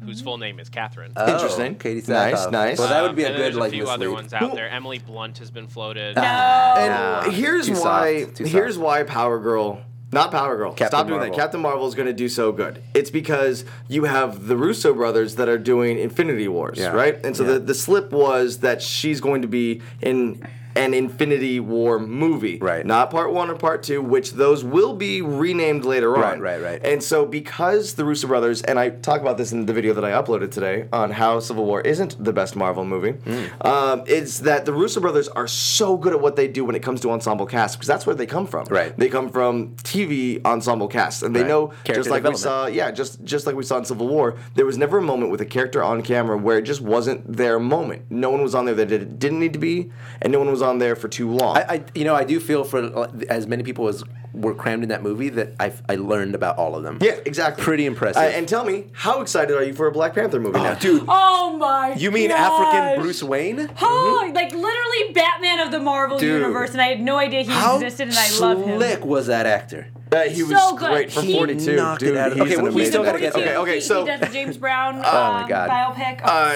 S6: whose full name is Catherine.
S1: Oh,
S3: Interesting.
S1: Katie
S3: Nice,
S1: Sackhoff.
S3: nice.
S1: Well, that would be
S6: Um,
S1: a
S6: and then
S1: good
S6: there's
S1: like
S6: a few
S1: this
S6: other
S1: week.
S6: ones out there. Emily Blunt has been floated.
S4: no.
S3: And here's
S1: too soft,
S3: why.
S1: too soft.
S3: here's why Power Girl. Not Power Girl.
S1: Captain
S3: Stop doing
S1: Marvel.
S3: that. Captain Marvel is going to do so good. It's because you have the Russo brothers that are doing Infinity Wars,
S1: Yeah.
S3: right? And so
S1: Yeah.
S3: the, the slip was that she's going to be in an Infinity War movie,
S1: Right.
S3: Not part one or part two, which those will be renamed later
S1: Right,
S3: on.
S1: right, right.
S3: And so because the Russo brothers, and I talk about this in the video that I uploaded today on how Civil War isn't the best Marvel movie,
S1: Hmm.
S3: um, is that the Russo brothers are so good at what they do when it comes to ensemble cast because that's where they come from.
S1: Right.
S3: They come from TV ensemble casts, and they
S1: Right.
S3: know
S1: Character
S3: just like we
S1: development.
S3: saw, yeah, just just like we saw in Civil War, there was never a moment with a character on camera where it just wasn't their moment. No one was on there that it didn't need to be, and no one was on there for too long.
S1: I, I you know I do feel for uh, as many people as were crammed in that movie that I I learned about all of them.
S3: yeah, exactly.
S1: Pretty impressive.
S3: Uh, and tell me, how excited are you for a Black Panther movie now?
S1: dude,
S4: Oh my.
S1: you mean
S4: gosh.
S1: African Bruce Wayne?
S4: Oh, like literally Batman of the Marvel
S1: Dude.
S4: universe, and I had no idea he
S1: How
S4: existed, and I
S1: slick
S4: love him.
S1: was that actor?
S3: Uh, he was
S4: So good.
S3: great for
S4: He
S3: 42.
S1: knocked it
S3: dude,
S1: out of the-
S3: he's
S1: Okay,
S3: an
S1: we still
S3: amazing
S1: gotta get
S3: actor.
S1: there.
S3: Okay, okay,
S4: He-
S3: so
S4: he does the James Brown um,
S1: Oh my God.
S4: biopic. Oh,
S3: Uh,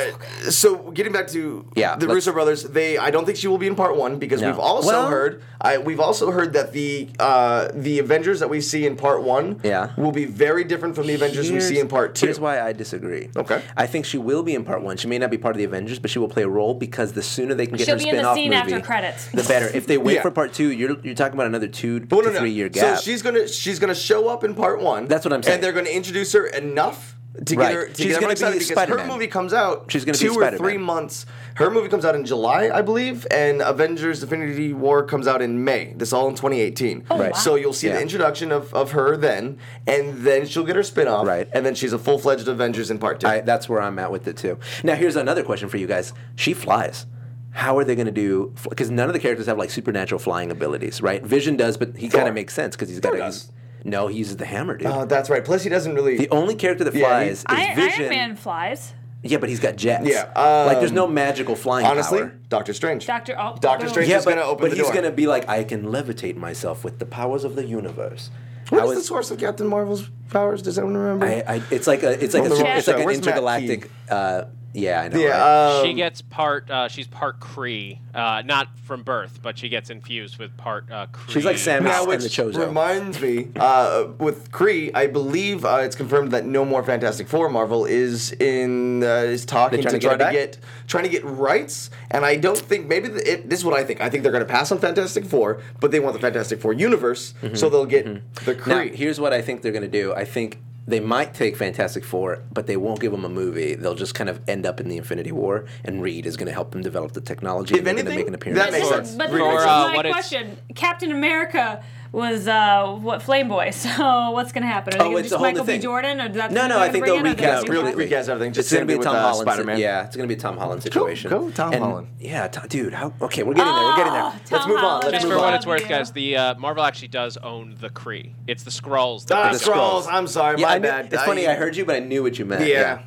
S3: so getting back to
S1: Yeah,
S3: the
S1: let's-
S3: Russo brothers, they I don't think she will be in part one because
S1: No.
S3: we've also
S1: Well-
S3: heard I we've also heard that the uh, the Avengers that we see in part one
S1: Yeah.
S3: will be very different from the Avengers we see in part two.
S1: Here's why I disagree.
S3: Okay.
S1: I think she will be in part one. She may not be part of the Avengers, but she will play a role because the sooner they can get
S4: She'll
S1: her
S4: be in the
S1: spin-off
S4: scene
S1: movie,
S4: after credits.
S1: the better. If they wait
S3: Yeah.
S1: for part two, you're you're talking about another two
S3: Well,
S1: to
S3: no, no.
S1: three year gap.
S3: So she's gonna she's gonna show up in part one.
S1: That's what I'm saying.
S3: And they're gonna introduce her enough to
S1: Right.
S3: get her. To
S1: She's
S3: get
S1: gonna be
S3: everyone excited because
S1: Spider-Man.
S3: her movie comes out.
S1: She's gonna be
S3: two or
S1: Spider-Man.
S3: three months. Her movie comes out in July, I believe, and Avengers: Infinity War comes out in May. This all in 2018.
S1: Right. wow.
S3: So you'll see
S1: Yeah.
S3: the introduction of, of her then, and then she'll get her spin-off.
S1: Right.
S3: And then she's a full fledged Avengers in part two.
S1: I, that's where I'm at with it too. Now, here's another question for you guys. She flies. How are they going to do? Because none of the characters have like supernatural flying abilities, right? Vision does, but he kind of makes sense because he's got to.
S3: does.
S1: No, he uses the hammer, dude.
S3: Uh, that's right. Plus, he doesn't really.
S1: the only character that
S3: Yeah, he-
S1: flies
S4: I,
S1: is Vision.
S4: Iron Man flies.
S1: Yeah, but he's got jets.
S3: Yeah, um,
S1: like there's no magical flying
S3: honestly,
S1: power.
S3: Doctor Strange.
S4: Doctor. Oh,
S3: Doctor
S4: boom.
S3: Strange
S1: Yeah,
S3: is
S1: but,
S3: gonna open
S1: but
S3: the
S1: he's
S3: door.
S1: going to be like, I can levitate myself with the powers of the universe.
S3: What
S1: I
S3: is the
S1: was-
S3: source of Captain Marvel's powers? Does anyone remember?
S1: I, I, it's like a, it's like a,
S3: Where's
S1: super-
S3: Matt
S1: it's like an
S3: Where's Matt
S1: intergalactic.
S3: Key?
S1: Uh, Yeah, I know.
S3: Yeah,
S1: right?
S3: um,
S6: she gets part. Uh, she's part Cree, uh, not from birth, but she gets infused with part uh, Cree.
S1: She's like Sam
S3: now,
S1: House and
S3: which
S1: the Chozo.
S3: reminds me, uh, with Kree, I believe uh, it's confirmed that no more Fantastic Four Marvel is in uh, is talking
S1: They're
S3: to
S1: trying to
S3: try to
S1: get it
S3: get trying to get rights. And I don't think maybe the, it, this is what I think. I think they're going to pass on Fantastic Four, but they want the Fantastic Four universe, so they'll get the
S1: Mm-hmm. now,
S3: Kree.
S1: here's what I think they're gonna do. I think they might take Fantastic Four, but they won't give them a movie. They'll just kind of end up in the Infinity War, and Reed is gonna help them develop the technology.
S3: If
S1: and they're gonna
S3: anything,
S1: make an
S3: that
S1: appearance.
S3: makes
S4: But
S3: sense.
S4: that's
S6: Or, uh,
S4: my
S6: what it's-
S4: question. Captain America was uh, what Flame Boy. So what's gonna happen? Are
S1: Oh,
S4: they gonna
S1: it's
S4: just
S1: a whole
S4: Michael
S1: new thing.
S4: B. Jordan? Or that's
S1: No, no, I think they'll recast.
S3: Yeah, really
S1: completely.
S3: recast everything, just
S1: it's gonna
S3: same
S1: be a
S3: with,
S1: Tom
S3: uh,
S1: Holland. si-
S3: Spider-Man.
S1: Yeah, it's gonna be a Tom Holland situation.
S3: go Tom Holland.
S1: Yeah, Tom, dude. How, okay, we're getting there. We're getting there.
S4: Oh,
S1: Let's
S4: Tom
S1: move on.
S4: Holland.
S1: Let's
S4: Just
S6: For
S1: move
S6: what
S1: on.
S4: Love
S6: it's worth,
S4: you.
S6: guys, the uh, Marvel actually does own the Kree. It's the Skrulls. That
S3: Ah,
S6: they
S1: The
S6: don't.
S1: Skrulls.
S3: Scrolls. I'm sorry,
S1: Yeah,
S3: my
S1: I knew-
S3: bad.
S1: It's funny. I heard you, but I knew what you meant.
S3: Yeah.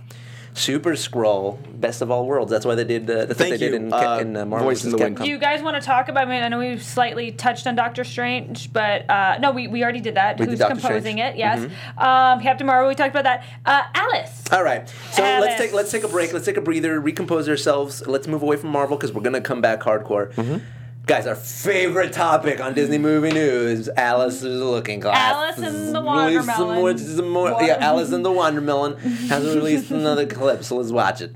S1: Super Scroll, best of all worlds. That's why they did. Uh, that's
S3: Thank
S1: what they
S3: you,
S1: did in,
S3: uh,
S1: Ca- in uh, Marvel.
S3: Voice in
S1: vs.
S3: the Wind.
S1: Capcom.
S4: Do you guys want to talk about? I mean, I know we've slightly touched on Doctor Strange, but uh, no, we, we already did that.
S1: We did
S4: Who's
S1: Doctor
S4: composing
S1: Strange. Mm-hmm.
S4: it? Yes, um, Captain Marvel. We talked about that. Uh, Alice.
S1: All right. So let's
S4: Alice.
S1: take let's take a break. Let's take a breather. Recompose ourselves. Let's move away from Marvel because we're gonna come back hardcore.
S4: Mm-hmm.
S1: Guys, our favorite topic on Disney movie news: Alice's looking glass.
S4: Alice and the
S1: Release Some more,
S4: Watermelon.
S1: some more, yeah,
S4: Water-
S1: Alice and the Watermelon has released another clip, so let's watch it.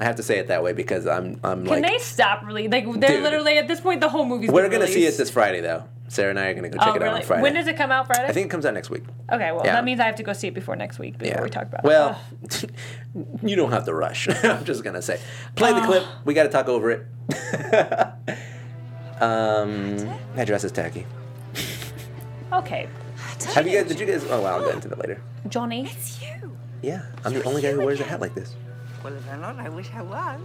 S1: I have to say it that way because I'm I'm
S4: Can
S1: like
S4: they stop? Really? Like they're
S1: Dude.
S4: literally at this point, the whole movie's.
S1: we're
S4: been
S1: gonna see it
S4: released.
S1: this Friday though. Sarah and I are gonna go check
S4: Oh,
S1: it out
S4: really?
S1: on Friday.
S4: When does it come out? Friday.
S1: I think it comes out next week.
S4: Okay, well,
S1: Yeah.
S4: that means I have to go see it before next week before we talk about
S1: Well,
S4: it.
S1: you don't have to rush. I'm just gonna say, play
S4: Ah.
S1: the clip. We got to talk over it. um, that dress is tacky.
S4: Well, okay,
S1: Have you guys? Did you guys? Oh wow, I'll get into that later.
S4: Johnny.
S1: Yeah, I'm the only guy who wears a hat like this.
S7: Well, if I'm not, I wish I was.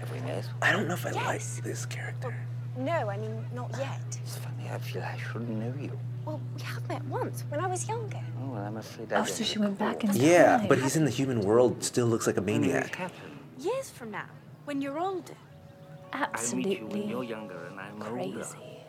S7: Have we met?
S1: I don't know if I like this character.
S8: No, I mean, not yet.
S7: It's funny, I feel I shouldn't know you.
S8: Well, we have met once when I was younger.
S7: Oh, well, I'm afraid I
S4: Oh, so she went back and
S1: Yeah, but he's in the human world. Still looks like a maniac.
S8: Years from now, when you're older.
S7: I meet you when you're younger and I'm older.
S8: Crazy.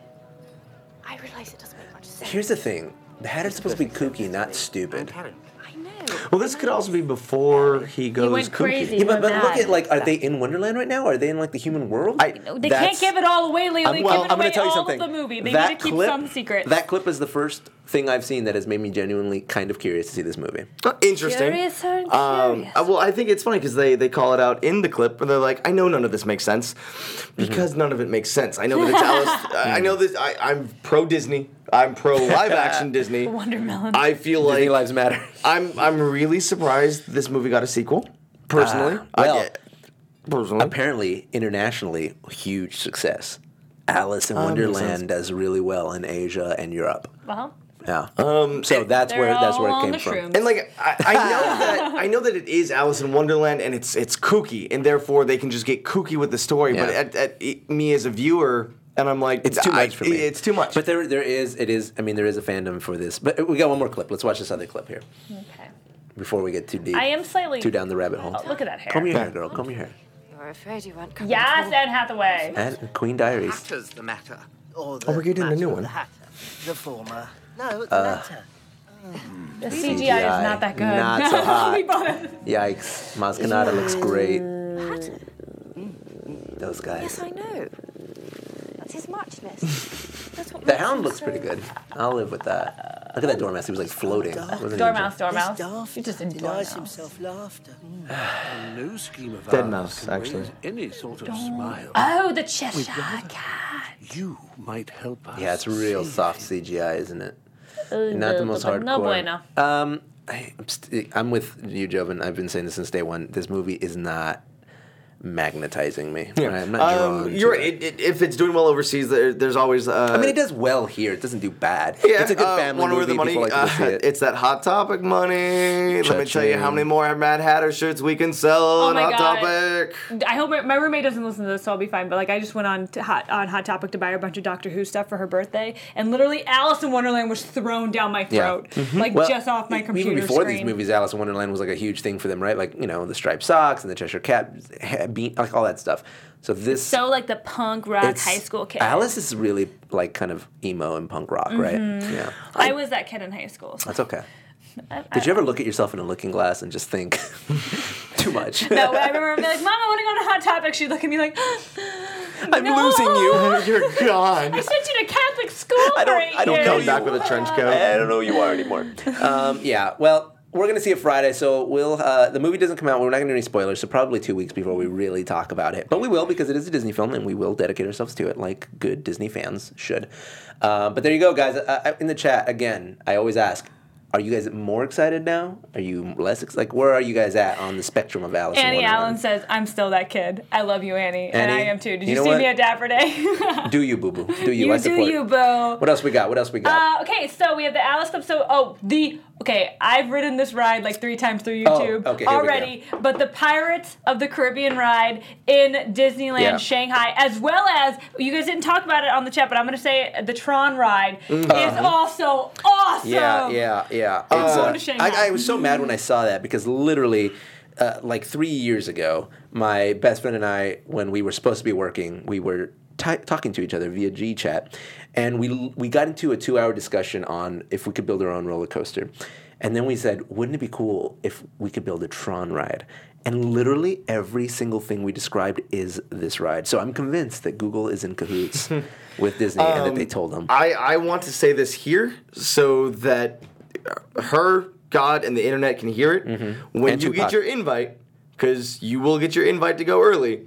S8: I realize it doesn't make much sense.
S1: Here's the thing: the hat is supposed to be kooky, not stupid.
S8: I know.
S3: Well, this could also be before he goes
S4: went
S3: kooky.
S4: crazy.
S1: Yeah, but, but
S4: They're
S1: look
S4: mad.
S1: at like, are they in Wonderland right now? Are they in like the human world?
S3: I-
S4: They can't give it all away, Leo. They give it
S1: gonna
S4: away all of the movie. They
S1: That
S4: need to keep
S1: clip-
S4: some secrets.
S1: That clip is the first thing I've seen that has made me genuinely kind of curious to see this movie.
S3: Interesting.
S4: Curious, aren't
S3: Um,
S4: curious?
S3: uh, well, I think it's funny because they, they call it out in the clip, and they're like, "I know none of this makes sense
S1: Mm-hmm.
S3: because none of it makes sense." I know that it's Alice. I I know
S1: Mm.
S3: this. I, I'm pro Disney. I'm pro live action Disney.
S4: Watermelon.
S3: I feel like
S1: Disney Lives Matter.
S3: I'm I'm really surprised this movie got a sequel. Personally, I
S1: Uh, well-
S3: get- personally,
S1: Apparently, internationally, huge success. Alice in Wonderland does really well in Asia and Europe.
S4: well,
S1: Yeah. Um, so that's
S4: they're
S1: where that's
S4: all
S1: where it
S4: on
S1: came
S4: the
S1: from.
S4: shrooms.
S3: And like I, I know that I know that it is Alice in Wonderland and it's it's kooky and therefore they can just get kooky with the story. But
S1: Yeah.
S3: at, at it, me as a viewer, and I'm like,
S1: It's too
S3: I-
S1: much for me.
S3: It's too much.
S1: But there, there is, it is. I mean, there is a fandom for this. But we got one more clip. Let's watch this other clip here
S4: okay.
S1: before we get too deep.
S4: I am slightly.
S1: too down the rabbit hole.
S4: Oh, look at that hair.
S1: Comb your hair, girl. Comb your hair.
S7: You're afraid you won't come.
S4: Yes, Anne Hathaway.
S1: And Queen Diaries.
S7: Matter's the matter. Or the
S3: Oh, we're getting a
S7: matter,
S3: new one.
S7: The, hatter. the former. No, the latter.
S4: The CGI,
S1: CGI,
S4: is not that good.
S1: not so hot.
S4: We bought it.
S1: Yikes. Mascanada looks great. Those guys.
S8: Yes, I know. That's his muchness. That's what
S1: The
S8: makes
S1: hound
S8: him
S1: looks
S8: so-
S1: pretty good. I'll live with that. Look at that dormouse. He was like floating. Wasn't he?
S4: Dormouse,
S7: This
S4: Dormouse.
S7: daft
S4: You just enjoy
S7: denies
S4: Dormouse.
S7: himself laughter.
S9: No scheme of
S3: Dead
S1: Uh,
S9: ours
S3: mouse,
S9: can raise
S3: actually.
S9: Any sort of smile.
S4: Oh, the Cheshire Cat.
S9: You might help us.
S1: Yeah, it's real soft CGI, isn't it? Not the most hardcore.
S4: No bueno.
S1: Um, I, I'm, st- I'm with you, Jovan. I've been saying this since day one. This movie is not magnetizing me. Right? I'm not drawn.
S3: um,
S1: to
S3: you're right.
S1: it.
S3: It, it, if it's doing well overseas, there, there's always. Uh,
S1: I mean, it does well here. It doesn't do bad. it's a good
S3: uh,
S1: family
S3: Wonder
S1: movie.
S3: Woman
S1: People like to go see
S3: uh,
S1: it.
S3: It's that Hot Topic money. Let me tell you how
S1: Cha-ching.
S3: many more Mad Hatter shirts we can sell on
S4: my
S3: Hot
S4: God.
S3: Topic.
S4: I hope my, my roommate doesn't listen to this, so I'll be fine. But like, I just went on to hot on Hot Topic to buy her a bunch of Doctor Who stuff for her birthday, and literally Alice in Wonderland was thrown down my
S1: Yeah.
S4: throat, like
S1: Well,
S4: just off my
S1: e-
S4: computer
S1: Even before
S4: screen.
S1: these movies, Alice in Wonderland was like a huge thing for them, right? Like you know, the striped socks and the Cheshire Cat, ha- bean, like all that stuff. So this
S4: so like the punk rock
S1: it's-
S4: high school kid.
S1: Alice is really like kind of emo and punk rock, right? Yeah,
S4: I was that kid in high school. so-
S1: that's okay.
S4: Mm-hmm. I- I-
S1: Did you ever look at yourself in a looking glass and just think too much?
S4: No, but I remember being like, Mom, I want to go on a hot topic. She'd look at me like,
S1: I'm losing you.
S3: You're gone.
S4: I sent you to Catholic school for
S1: I don't.
S4: eight
S1: I don't
S4: years.
S1: know
S3: Come back with a trench coat.
S1: I don't know who you are anymore. um, yeah. Well, we're gonna see it Friday, so we'll. Uh, the movie doesn't come out. We're not gonna do any spoilers, so probably two weeks before we really talk about it. But we will because it is a Disney film, and we will dedicate ourselves to it, like good Disney fans should. Uh, but there you go, guys. Uh, uh, in the chat again, I always ask. Are you guys more excited now? Are you less ex- like where are you guys at on the spectrum of Alice? in
S4: Annie
S1: Wonderland?
S4: Allen says, I'm still that kid. I love you, Annie. And I
S1: Annie,
S4: am too. Did
S1: you
S4: you,
S1: know
S4: see
S1: what?
S4: me at Dapper Day?
S1: "Do you, boo boo? Do you?
S4: you
S1: I
S4: do
S1: support."
S4: you, boo.
S1: What else we got? What else we got?
S4: Uh, okay, so we have the Alice Club. So, oh, the okay, I've ridden this ride like three times through
S1: Oh,
S4: YouTube
S1: okay, here we
S4: already. But the Pirates of the Caribbean ride in Disneyland
S1: Yeah.
S4: Shanghai, as well as you guys didn't talk about it on the chat, but I'm gonna say it, the Tron ride is also awesome.
S1: Mm-hmm. Uh-huh. Yeah, yeah, yeah.
S4: going
S1: It's,
S4: to
S1: uh,
S4: Shanghai.
S1: I, I was so mad when I saw that because literally, uh, like three years ago, my best friend and I, when we were supposed to be working, we were ti talking to each other via G chat, and we l- we got into a two hour discussion on if we could build our own roller coaster, and then we said, wouldn't it be cool if we could build a Tron ride? And literally every single thing we described is this ride. So I'm convinced that Google is in cahoots with Disney and that they told them.
S3: I, I want to say this here so that her, God, and the internet can hear it. When
S1: Mm-hmm. And
S3: you
S1: Tupac.
S3: get your invite, because you will get your invite to go early,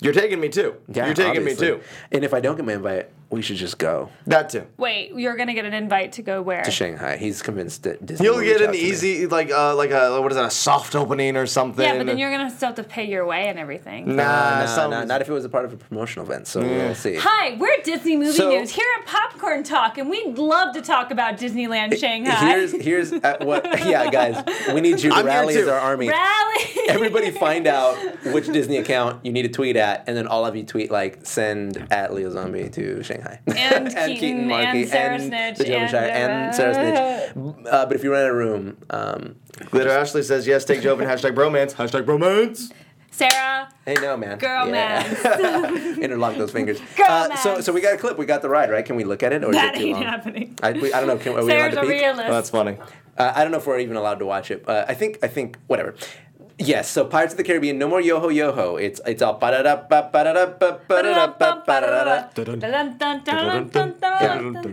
S3: you're taking me too.
S1: Yeah,
S3: you're taking
S1: obviously.
S3: me too.
S1: And if I don't get my invite, we should just go
S3: That too.
S4: Wait, you're gonna get an invite to go where?
S1: to Shanghai. He's convinced that Disney.
S3: You'll
S1: will reach
S3: get
S1: out
S3: an
S1: to me.
S3: easy like uh, like a what is that a soft opening or something?
S4: yeah, but then you're gonna still have to pay your way and everything.
S3: nah,
S1: Uh, no,
S3: some-
S1: no, not if it was a part of a promotional event. So we'll see.
S4: Hi, we're Disney Movie
S1: So-
S4: News here at Popcorn Talk, and we'd love to talk about Disneyland Shanghai.
S1: Here's here's uh, what. Yeah, guys, we need you to
S3: I'm here
S1: rally as
S3: too.
S1: our army.
S4: Rally!
S1: Everybody find out which Disney account you need to tweet at, and then all of you tweet like send at Leo Zombie to Shanghai
S4: And Keaton, and Sarah Snitch,
S1: the Jovan
S4: and,
S1: Shire, and
S4: uh,
S1: Sarah Snitch. Uh, but if you rent a room, um,
S3: Glitter Ashley says yes. Take Joven. hashtag bromance. Hashtag bromance.
S4: Sarah,
S1: hey, no, man,
S4: girl, man.
S1: Interlock those fingers.
S4: Girl
S1: Uh, so,
S4: math.
S1: so we got a clip. We got the ride, right? Can we look at it, or
S4: That
S1: is it too
S4: ain't
S1: long?
S4: happening.
S1: I, we, I don't know. Can, are we allowed
S4: Sarah's
S1: to
S4: a
S1: peek?
S4: realist.
S3: Oh, that's funny.
S1: Uh, I don't know if we're even allowed to watch it. Uh, I think. I think. Whatever. Yes. So Pirates of the Caribbean. No more yo ho yo ho. It's it's all ba da da ba ba da da ba ba da da ba ba da da. And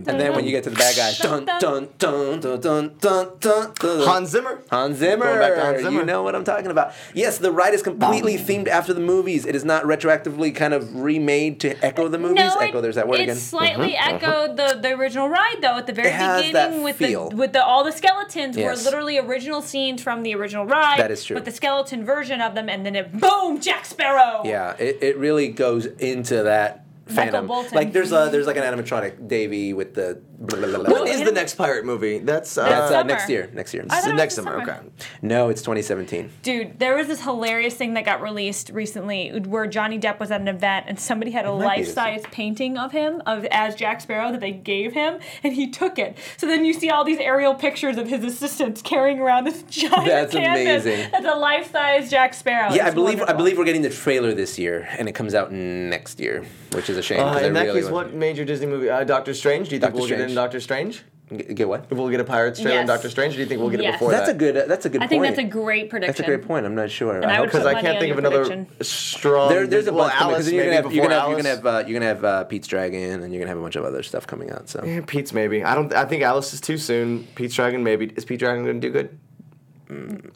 S1: then when you get to the bad guys, dun dun dun dun dun dun dun. dun.
S3: Hans Zimmer.
S1: Hans Zimmer.
S3: Going back to Hans Zimmer. Uh,
S1: You know what I'm talking about. Yes, the ride is completely themed after the movies. It is not retroactively kind of remade to echo the movies.
S4: no,
S1: echo.
S4: it,
S1: There's that word
S4: it
S1: again.
S4: slightly echoed the, the original ride though at the very
S1: It has
S4: beginning
S1: that
S4: with
S1: feel.
S4: the with the all the skeletons
S1: Yes.
S4: were literally original scenes from the original ride.
S1: That is true.
S4: But the skeleton version of them, and then it boom, Jack Sparrow.
S1: Yeah, it, it really goes into that phantom.
S4: Bolton.
S1: Like there's a there's like an animatronic Davy with the. Blah, blah, blah, blah.
S3: When is the next pirate movie? That's uh,
S1: That's uh,
S4: Summer.
S1: next year. Next year.
S4: I thought it was
S3: next
S4: this
S3: summer.
S4: summer.
S3: Okay.
S1: No, it's 2017.
S4: Dude, there was this hilarious thing that got released recently where Johnny Depp was at an event and somebody had a
S1: might be
S4: life
S1: this
S4: size painting of him of as Jack Sparrow that they gave him and he took it. So then you see all these aerial pictures of his assistants carrying around this giant
S1: That's
S4: canvas
S1: amazing.
S4: as a life size Jack Sparrow.
S1: Yeah, I
S4: Oh, It's
S1: believe I
S4: wonderful.
S1: believe we're getting the trailer this year, and it comes out next year, which is a shame.
S3: Uh,
S1: 'cause I
S3: in that
S1: really
S3: case,
S1: want-
S3: what major Disney movie? Uh, Doctor Strange. Do you think
S1: Doctor
S3: we'll get
S1: Strange.
S3: in Doctor Strange?
S1: G- get what?
S3: We'll get a Pirates trailer in
S4: Yes.
S3: Doctor Strange. Or do you think we'll get
S4: Yes.
S3: it before
S1: That's a
S3: that?
S1: good. That's a good.
S4: I think
S1: point.
S4: that's a great prediction.
S1: That's a great point. I'm not sure.
S4: I
S1: hope
S4: would
S1: so.
S3: Because I
S4: Money
S3: can't
S4: on
S3: think of
S4: your
S3: another
S4: prediction.
S3: strong.
S1: There, there's a
S3: well,
S1: bunch coming
S3: Alice,
S1: because you're gonna
S3: maybe
S1: have you're gonna
S3: before
S1: have, you're gonna
S3: Alice.
S1: have uh, you're gonna have uh, Pete's Dragon, and you're gonna have a bunch of other stuff coming out. So
S3: Yeah, Pete's maybe. I don't. I think Alice is too soon. Pete's Dragon maybe. Is Pete Dragon going to do good?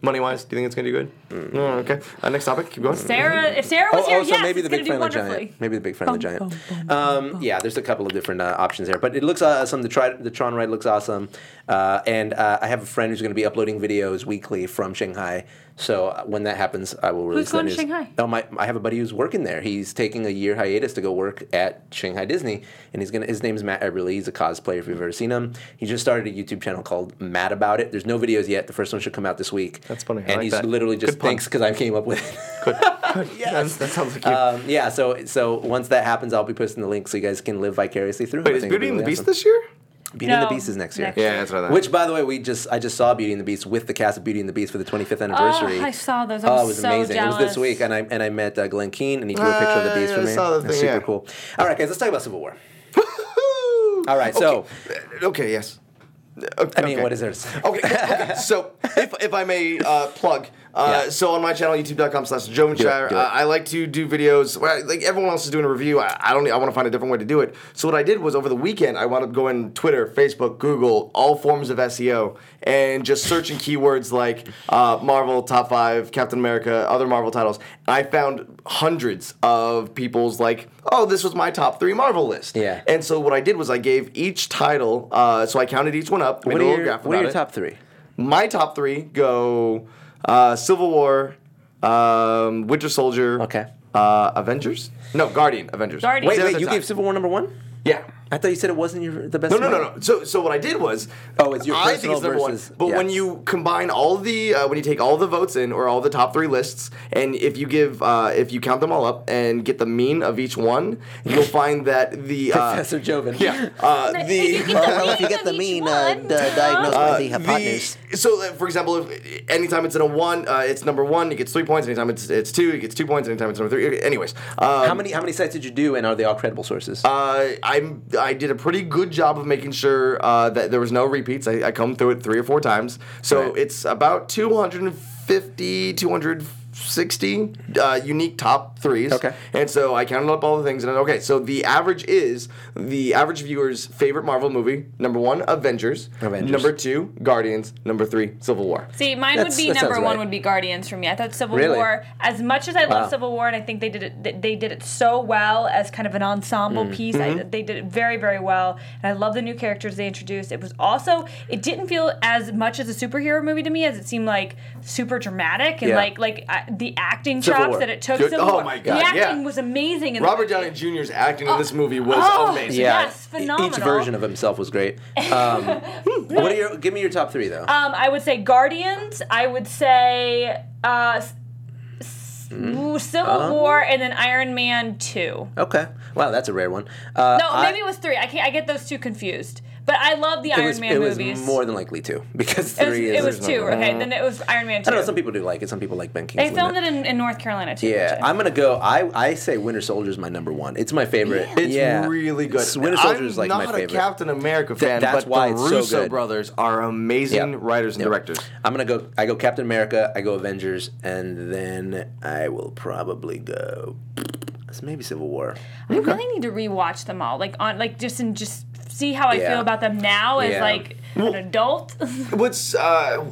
S3: Money wise, do you think it's going to do good? No, okay. Uh, next topic. Keep going.
S4: Sarah, if Sarah was
S1: Oh,
S4: here,
S1: also
S4: yes,
S1: maybe the
S4: it's gonna
S1: big
S4: do
S1: friendly
S4: wonderfully.
S1: giant. Maybe the big friendly giant. um, Yeah, there's a couple of different uh, options there, but it looks awesome. The, tri- the Tron ride looks awesome, uh, and uh, I have a friend who's going to be uploading videos weekly from Shanghai. So uh, when that happens, I will release. that
S4: going to
S1: news.
S4: Shanghai?
S1: Oh, my! I have a buddy who's working there. He's taking a year hiatus to go work at Shanghai Disney, and he's gonna. His name's Matt Eberle. He's a cosplayer. If you've ever seen him, he just started a YouTube channel called Mad About It. There's no videos yet. The first one should come out this week.
S3: That's funny. I
S1: and
S3: like
S1: he's
S3: that.
S1: literally just
S3: Good pun.
S1: thanks because I came up with it.
S3: Yes, that sounds like you.
S1: Um, yeah, so so once that happens, I'll be posting the link so you guys can live vicariously through.
S3: Wait, is Beauty and the Beast this year?
S1: Beauty and the
S4: No,
S1: Beast is next year.
S4: next year.
S3: Yeah, that's what I thought.
S1: Which, by the way, we just I just saw Beauty and the Beast with the cast of Beauty and the Beast for the 25th anniversary.
S4: Ah, I saw those.
S1: Oh,
S4: I'm
S1: it was
S4: so
S1: amazing. It was
S4: jealous.
S1: this week, and I and I met uh, Glenn Keane, and he drew a picture of the
S3: Ah,
S1: Beast for
S3: yeah, I
S1: me.
S3: saw the
S1: That's
S3: thing,
S1: super
S3: yeah.
S1: cool. All right, guys, let's talk about Civil War. All right, so
S3: Okay, yes.
S1: I mean, what is there to say?
S3: Okay, okay. so if, if I may uh, plug, uh,
S1: Yeah.
S3: so on my channel, youtube.com slash
S1: Do
S3: Jovenshire,
S1: it, do it.
S3: uh, I like to do videos, well, I- like everyone else is doing a review, I, I don't, I want to find a different way to do it. So what I did was over the weekend, I wound up going Twitter, Facebook, Google, all forms of SEO, and just searching keywords like uh, Marvel, Top 5, Captain America, other Marvel titles. I found hundreds of people's like, oh, this was my top three Marvel list.
S1: Yeah.
S3: And so what I did was I gave each title, uh, so I counted each one up,
S1: What
S3: made
S1: are
S3: a little
S1: your,
S3: graph
S1: what are
S3: about
S1: your
S3: it.
S1: top three?
S3: My top three go uh, Civil War, um, Winter Soldier,
S1: Okay.
S3: uh, Avengers. No, Guardian Avengers.
S4: Guardian.
S1: Wait,
S3: They're
S1: wait,
S3: the
S1: you
S3: top.
S1: gave Civil War number one?
S3: Yeah.
S1: I thought you said it wasn't your the best.
S3: No, no,
S1: one.
S3: no, no. So, so what I did was,
S1: Oh, it's your
S3: I think
S1: personal
S3: it's number
S1: versus-
S3: one. But
S1: yeah.
S3: when you combine all the, uh, when you take all the votes in or all the top three lists, and if you give, uh, if you count them all up and get the mean of each one, you'll find that the uh,
S1: Professor Joven.
S3: Yeah. Uh,
S4: If
S3: the
S4: you get
S10: Well, if you
S4: mean
S10: get
S4: of
S10: the
S4: each
S10: mean uh,
S4: one,
S10: d- diagnosed
S3: Uh,
S10: with the hypotenuse.
S3: so, uh, for example, if anytime it's in a one, uh, it's number one. It gets three points. Anytime it's it's two, it gets two points. Anytime it's number three. Anyways, um,
S1: How many how many sites did you do, and are they all credible sources?
S3: Uh, I'm I did a pretty good job of making sure uh, that there was no repeats. I, I come through it three or four times, so
S1: Right.
S3: it's about 250, 260 uh, unique top threes.
S1: Okay.
S3: and so I counted up all the things, and okay, so the average is the average viewer's favorite Marvel movie. Number one, Avengers.
S1: Avengers.
S3: Number two, Guardians. Number three, Civil War.
S4: See, mine
S1: That's-
S4: would be
S1: that
S4: number
S1: sounds
S4: one
S1: right.
S4: would be Guardians for me. I thought Civil
S1: Really?
S4: War, as much as I
S1: Wow.
S4: love Civil War, and I think they did it, they, they did it so well as kind of an ensemble
S1: Mm.
S4: piece. I, they did it very, very well, and I love the new characters they introduced. It was also, it didn't feel as much as a superhero movie to me as it seemed like super dramatic and
S1: Yeah.
S4: like like uh, the acting
S1: Civil
S4: chops
S1: War.
S4: that it took.
S3: Good-
S4: Civil
S3: oh
S4: War.
S3: my
S4: The
S3: God,
S4: acting
S3: yeah.
S4: was amazing. in the-
S3: Robert Downey Jr.'s acting in this movie was
S4: Oh,
S3: amazing.
S4: yeah. yes,
S1: E- Each
S4: phenomenal.
S1: version of himself was great. Um, what are your? Give me your top three though.
S4: Um, I would say Guardians. I would say uh, s- s-
S1: Hmm.
S4: ooh, Civil
S1: Uh-huh.
S4: War, and then Iron Man Two.
S1: okay. Wow, that's a rare one. Uh,
S4: No,
S1: I-
S4: maybe it was three. I can't. I get those two confused. But I love the Iron
S1: was,
S4: Man
S1: it was
S4: movies.
S1: more than likely two because
S4: it was,
S1: three
S4: it
S1: is. Uh-huh.
S4: was two. Okay, then it was Iron Man
S1: I
S4: two.
S1: don't know. Some people do like it. Some people like Ben Kingsley.
S4: they filmed
S1: in
S4: it in, in North Carolina too.
S1: Yeah,
S4: actually.
S1: I'm gonna go. I, I say Winter Soldier is my number one. It's my favorite. Yeah.
S3: It's really good.
S1: It's- Winter Soldier
S3: I'm
S1: is like
S3: not
S1: my favorite.
S3: a Captain America fan,
S1: that's
S3: but
S1: why
S3: the
S1: it's so
S3: Russo
S1: good.
S3: brothers are amazing
S1: Yep.
S3: writers and
S1: Yep.
S3: directors.
S1: I'm gonna go. I go Captain America. I go Avengers, and then I will probably go. It's maybe Civil War.
S4: I really need to rewatch them all, like on, like just and just see how I
S1: Yeah.
S4: feel about them now as
S1: Yeah.
S4: like an adult.
S3: What's uh,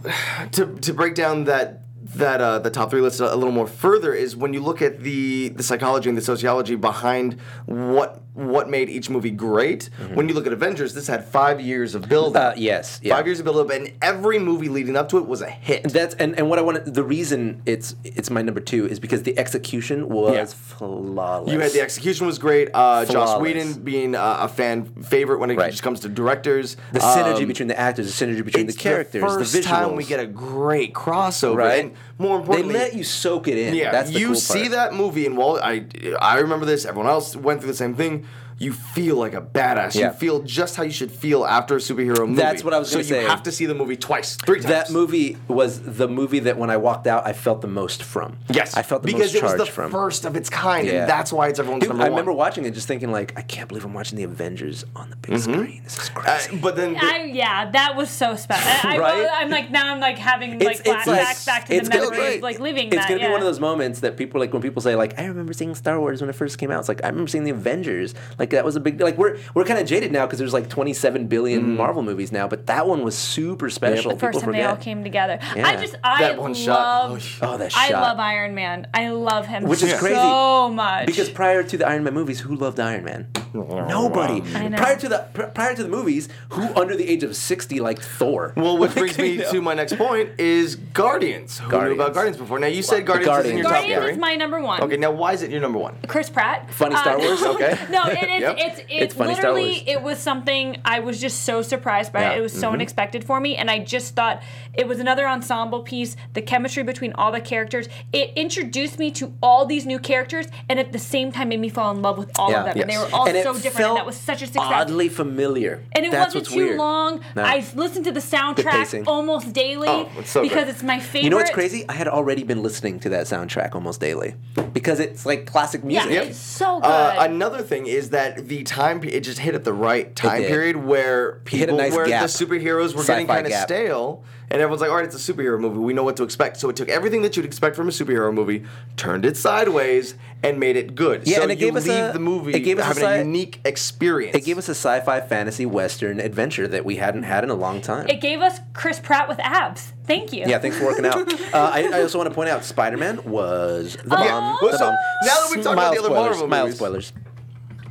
S3: to to break down that that uh, the top three list a little more further is when you look at the the psychology and the sociology behind what what made each movie great. When you look at Avengers, this had five years of build
S1: Mm-hmm. Uh,
S3: up.
S1: yes, yeah.
S3: five years of build up, and every movie leading up to it was a hit.
S1: That's and, and what I wanted. The reason it's it's my number two is because the execution was
S3: Yeah.
S1: flawless.
S3: You had the execution was great. Uh, Joss
S1: Flawless.
S3: Whedon being uh, a fan favorite when it
S1: Right.
S3: just comes to directors. Um,
S1: The synergy between the actors, the synergy between Um, the
S3: it's
S1: characters,
S3: the first
S1: visuals.
S3: time we get a great crossover,
S1: right.
S3: and more importantly,
S1: they let you soak it in.
S3: yeah,
S1: that's the
S3: you
S1: cool
S3: see
S1: part.
S3: that movie, and Wall, I I remember this. Everyone else went through the same thing. You feel like a badass.
S1: Yeah.
S3: You feel just how you should feel after a superhero movie.
S1: That's what I was
S3: So
S1: gonna
S3: you
S1: say.
S3: have to see the movie twice, three times.
S1: That movie was the movie that when I walked out, I felt the most from.
S3: Yes,
S1: I felt the
S3: because
S1: most
S3: it was
S1: charged
S3: the
S1: from.
S3: first of its kind,
S1: Yeah.
S3: and that's why it's everyone's
S1: Dude,
S3: number
S1: I
S3: one.
S1: remember watching it, just thinking like, I can't believe I'm watching the Avengers on the big screen. This is crazy.
S3: Mm-hmm. Uh, but then,
S4: I, yeah, that was so special. I, I,
S1: Right?
S4: I'm like now I'm like having like flashbacks back to the
S1: it's gonna
S4: memories,
S1: be-
S4: like living
S1: It's
S4: that.
S1: gonna be
S4: yeah.
S1: one of those moments that people like when people say like, I remember seeing Star Wars when it first came out. It's like I remember seeing the Avengers. Like that was a big like we're we're kind of jaded now because there's like 27 billion Marvel movies now, but that one was super special.
S4: the
S1: people
S4: first time
S1: forget.
S4: they all came together. I
S1: Yeah.
S4: just I
S3: That one
S4: love
S3: shot.
S1: Oh, that
S4: I
S1: shot.
S4: love Iron Man. I love him
S1: Which is
S4: so
S1: crazy,
S4: much.
S1: Because prior to the Iron Man movies, who loved Iron Man? Nobody.
S4: know.
S1: Prior to the pr- prior to the movies, who under the age of sixty liked Thor?
S3: Well, which
S1: Like,
S3: brings me
S1: you know.
S3: to my next point is Guardians. Who knew
S1: Guardians.
S3: about Guardians before? Now you said Guardians, is in your
S4: Guardians
S3: top three.
S4: is my number one.
S3: okay, now why is it your number one?
S4: Chris Pratt. Uh,
S1: Funny Star Wars? Okay.
S4: no, it, it's,
S3: Yep.
S4: it's, it's,
S1: It's funny Star
S4: literally,
S1: Wars.
S4: it was something I was just so surprised by.
S1: Yeah. Mm-hmm.
S4: It was so unexpected for me. And I just thought it was another ensemble piece, the chemistry between all the characters. It introduced me to all these new characters and at the same time made me fall in love with all
S1: Yeah.
S4: of them. And they
S1: Yes.
S4: were all
S1: And it
S4: so different.
S1: felt
S4: and that was such a success.
S1: Oddly familiar.
S4: and it
S1: That's
S4: wasn't
S1: what's
S4: too
S1: weird.
S4: long.
S1: No.
S4: I listened to the
S1: pacing.
S4: soundtrack almost daily
S3: Oh, it's so good.
S4: because it's my favorite.
S1: You know what's crazy? I had already been listening to that soundtrack almost daily because it's like classic
S4: Yeah,
S1: music. Uh,
S4: it's so good.
S3: Uh, another thing is that that the time pe- it just hit at the right time
S1: did.
S3: period where
S1: It hit a
S3: people
S1: nice
S3: where
S1: gap.
S3: the superheroes were getting
S1: Sci-fi
S3: kind of
S1: gap.
S3: stale, and everyone's like, "All right, it's a superhero movie. We know what to expect." So it took everything that you'd expect from a superhero movie, turned it sideways, and made it good.
S1: Yeah,
S3: so
S1: and it
S3: you
S1: gave us
S3: leave
S1: a-
S3: the movie
S1: it gave us a
S3: having
S1: sci-
S3: unique experience.
S1: It gave us a sci-fi fantasy western adventure that we hadn't had in a long time.
S4: It gave us Chris Pratt with abs. Thank you.
S1: yeah, thanks for working out. Uh, I, I also want to point out Spider-Man was
S4: Oh,
S1: the bomb.
S3: well,
S1: the
S3: so
S1: bomb.
S3: now that we've talked about
S1: Mild
S3: the other
S1: spoilers,
S3: Marvel
S1: mild
S3: movies.
S1: spoilers.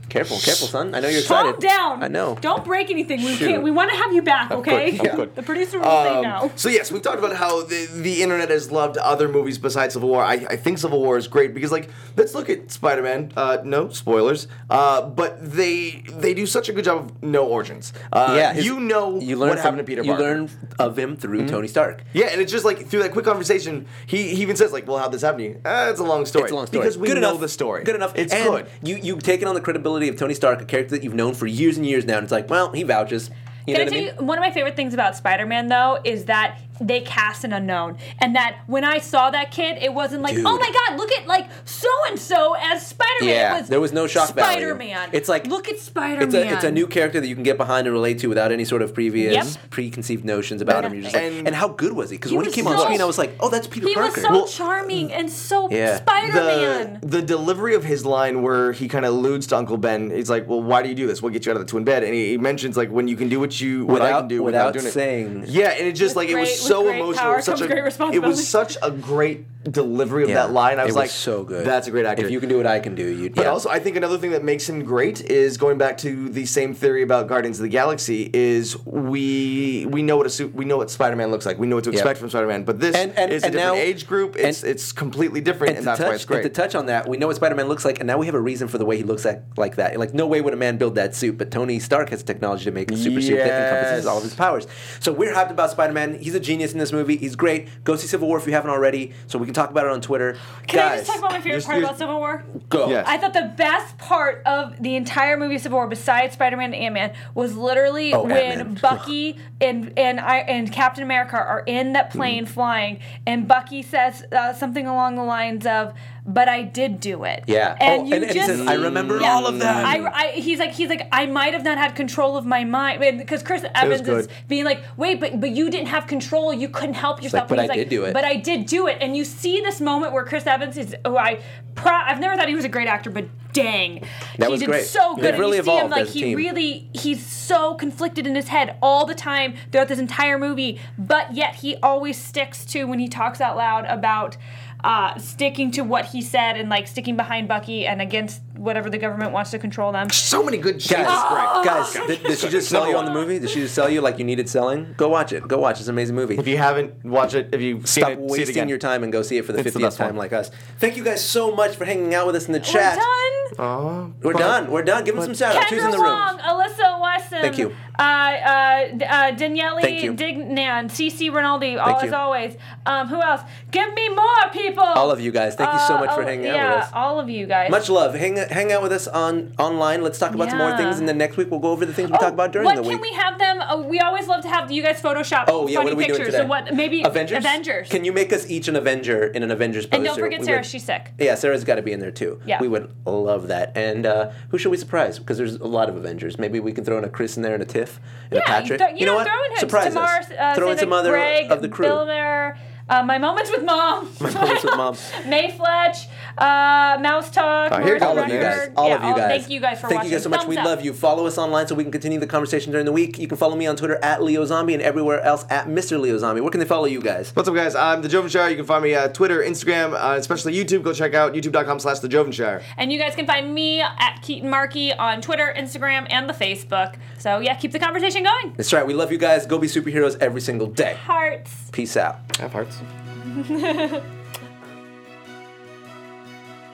S1: Careful, careful, son. I know you're
S4: Calm
S1: excited.
S4: down.
S1: I know.
S4: Don't break anything. We
S1: Shoot.
S4: can't. We want to have you back, okay?
S3: course, of course.
S4: The producer will
S1: Um,
S4: say no.
S3: Um, So yes, we've talked about how the, the internet has loved other movies besides Civil War. I, I think Civil War is great because like let's look at Spider Man. Uh, no spoilers, uh, but they they do such a good job of no origins. Uh,
S1: yeah, his-
S3: you know
S1: you learn
S3: what
S1: from-
S3: happened to Peter.
S1: You
S3: Parker.
S1: learn of him through
S4: Mm-hmm.
S1: Tony Stark.
S3: Yeah, and it's just like through that quick conversation, he, he even says like, "Well, how'd this happen to you?" Uh, it's a long story.
S1: It's a long story.
S3: because we
S1: good
S3: know
S1: enough,
S3: the story.
S1: Good enough.
S3: It's
S1: and
S3: good.
S1: You you've taken on the credibility of Tony Stark, a character that you've known for years and years now, and it's like, well, he vouches. You
S4: Can I
S1: know what
S4: tell
S1: I mean?
S4: you one of my favorite things about Spider-Man though is that they cast an unknown, and that when I saw that kid, it wasn't like,
S1: Dude.
S4: oh my god, look at like so and so as Spider-Man.
S1: Yeah,
S4: it was
S1: there was no shock value.
S4: Spider-Man.
S1: It's like-
S4: look at Spider-Man.
S1: It's a, it's a new character that you can get behind and relate to without any sort of previous
S4: Yep.
S1: preconceived notions about him. You're just like,
S3: And-
S1: and, how good was he? Because
S4: He
S1: when he
S4: was
S1: came on
S4: so-
S1: screen, I was like, oh, that's Peter
S4: He was
S1: Parker.
S4: so
S1: Well,
S4: charming and so
S1: Yeah.
S4: Spider-Man.
S3: The, the delivery of his line where he kind of alludes to Uncle Ben, he's like, "Well, why do you do this? What gets you out of the twin bed?" And he, he mentions like when you can do what you what I
S1: Without-
S3: can do without,
S1: without
S3: doing it.
S1: saying.
S3: Yeah, and it just
S4: With
S3: like it was
S4: great-
S3: so
S4: with great
S3: emotional.
S4: power
S3: it was such
S4: comes
S3: a
S4: great
S3: it
S4: responsibility.
S3: was such a great delivery of
S1: yeah,
S3: that line. I
S1: it
S3: was like,
S1: so good.
S3: That's a great actor.
S1: If you can do it, I can do you.
S3: But
S1: yeah.
S3: also, I think another thing that makes him great is going back to the same theory about Guardians of the Galaxy. Is we we know what a suit we know what Spider Man looks like. We know what to expect from Spider Man. But this
S1: And- and-
S3: is a
S1: and
S3: different
S1: now-
S3: age group. It's
S1: and-
S3: it's completely different, and,
S1: and to,
S3: that's
S1: touch,
S3: why it's great.
S1: and to touch on that, we know what Spider-Man looks like, and now we have a reason for the way he looks like, like that. Like, no way would a man build that suit, but Tony Stark has technology to make a super suit that encompasses
S3: Yes.
S1: all of his powers. So we're hyped about Spider-Man. He's a genius in this movie. He's great. Go see Civil War if you haven't already, so we can talk about it on Twitter.
S4: Can
S1: Guys,
S4: I just talk about my favorite
S3: you're-
S4: part
S3: you're-
S4: about Civil War?
S1: go.
S3: Yeah.
S4: I thought the best part of the entire movie Civil War, besides Spider-Man and Ant-Man, was literally
S1: Oh,
S4: when
S1: Ant-Man.
S4: Bucky and and I and Captain America are in
S1: Mm-hmm.
S4: that plane flying, and Bucky says uh, something along the lines of, "But I did do it."
S1: Yeah.
S4: and
S1: Oh,
S4: you
S1: and- and he
S4: just
S1: says, "I
S4: see-
S1: remember all of that."
S4: I, I- he's like he's like I might have not had control of my mind because Chris Evans
S3: good.
S4: is being like, "Wait, but but you didn't have control. You couldn't help yourself."
S1: "But
S4: And he's
S1: I did do it."
S4: But I did do it. And you see this moment where Chris Evans is, oh, I, pro- I've never thought he was a great actor, but dang,
S1: That
S4: he
S1: was
S4: did
S1: great.
S4: so good.
S1: They've
S4: and
S1: really
S4: you see him
S1: evolved
S4: like
S1: as a
S4: he
S1: team.
S4: really, he's so conflicted in his head all the time throughout this entire movie. But yet he always sticks to when he talks out loud about. Uh, sticking to what he said and like sticking behind Bucky and against whatever the government wants to control them.
S3: so many good
S1: Guys,
S3: guys.
S4: Oh,
S3: Great.
S1: guys, did, did she just sell you on the movie? Did she just sell you like you needed selling? Go watch it. Go watch it. It's an amazing movie.
S3: If you haven't watched it, if you seen
S1: Stop
S3: it, see it
S1: wasting
S3: again.
S1: your time and go see it for the
S3: It's the
S1: 50th
S3: best
S1: time
S3: one.
S1: like us. Thank you guys so much for hanging out with us in the chat.
S4: We're done.
S3: Uh-huh.
S1: We're done. We're done. Give them some shout outs. Who's in
S4: Kendra
S1: the room?
S4: Wong, Alyssa Wesson.
S1: Thank you.
S4: Uh, uh, D- uh, Daniele
S1: Thank you.
S4: Dignan, CC Rinaldi, all,
S1: Thank
S4: as
S1: you.
S4: always. Um, who else? Give me more people.
S1: All of you guys. Thank you so much for
S4: oh,
S1: hanging out
S4: yeah,
S1: with us.
S4: Yeah, all of you guys.
S1: Much love. Hang hang out with us on online. Let's talk about some more
S4: Yeah.
S1: things, and then next week we'll go over the things we
S4: Oh,
S1: talked about during
S4: what
S1: the week.
S4: can we have them? Uh, we always love to have you guys Photoshop
S1: oh yeah,
S4: funny
S1: what are we
S4: pictures.
S1: doing today?
S4: So what? Maybe
S1: Avengers.
S4: Avengers.
S1: Can you make us each an Avenger in an Avengers poster?
S4: and don't forget
S1: We
S4: Sarah,
S1: would-
S4: she's sick.
S1: Yeah, Sarah's got to be in there too.
S4: Yeah.
S1: we would love that. And uh, who should we surprise? Because there's a lot of Avengers. Maybe we can throw in a Chris in there and a Tiff and a
S4: Yeah,
S1: Patrick.
S4: th- you,
S1: know
S4: know,
S1: what?
S4: throw in him.
S1: surprise
S4: Tamar,
S1: us.
S4: Uh,
S1: throw in
S4: Savick,
S1: some other
S4: Greg,
S1: of the crew.
S4: Billmer, uh, my moments with mom.
S1: My moments with mom.
S4: May Fletch, uh, Mouse Talk.
S3: Oh, here
S4: Marissa
S3: go
S1: all of you guys.
S4: Rutherford.
S1: All
S4: Yeah, oh,
S1: of you guys.
S4: Thank you guys for
S1: Thank
S4: watching.
S1: you guys so much.
S4: Thumbs
S1: we
S4: up.
S1: love you. Follow us online so we can continue the conversation during the week. You can follow me on Twitter at Leo Zombie and everywhere else at Mr. Leo Zombie. Where can they follow you guys?
S3: What's up, guys? I'm the Joven Shire. You can find me uh, Twitter, Instagram, uh, especially YouTube. Go check out youtube.com slash the Joven Shire.
S4: And you guys can find me at Keaton Markey on Twitter, Instagram, and the Facebook. So yeah, keep the conversation going.
S1: That's right. We love you guys. Go be superheroes every single day.
S4: Hearts.
S1: Peace out.
S3: Have hearts.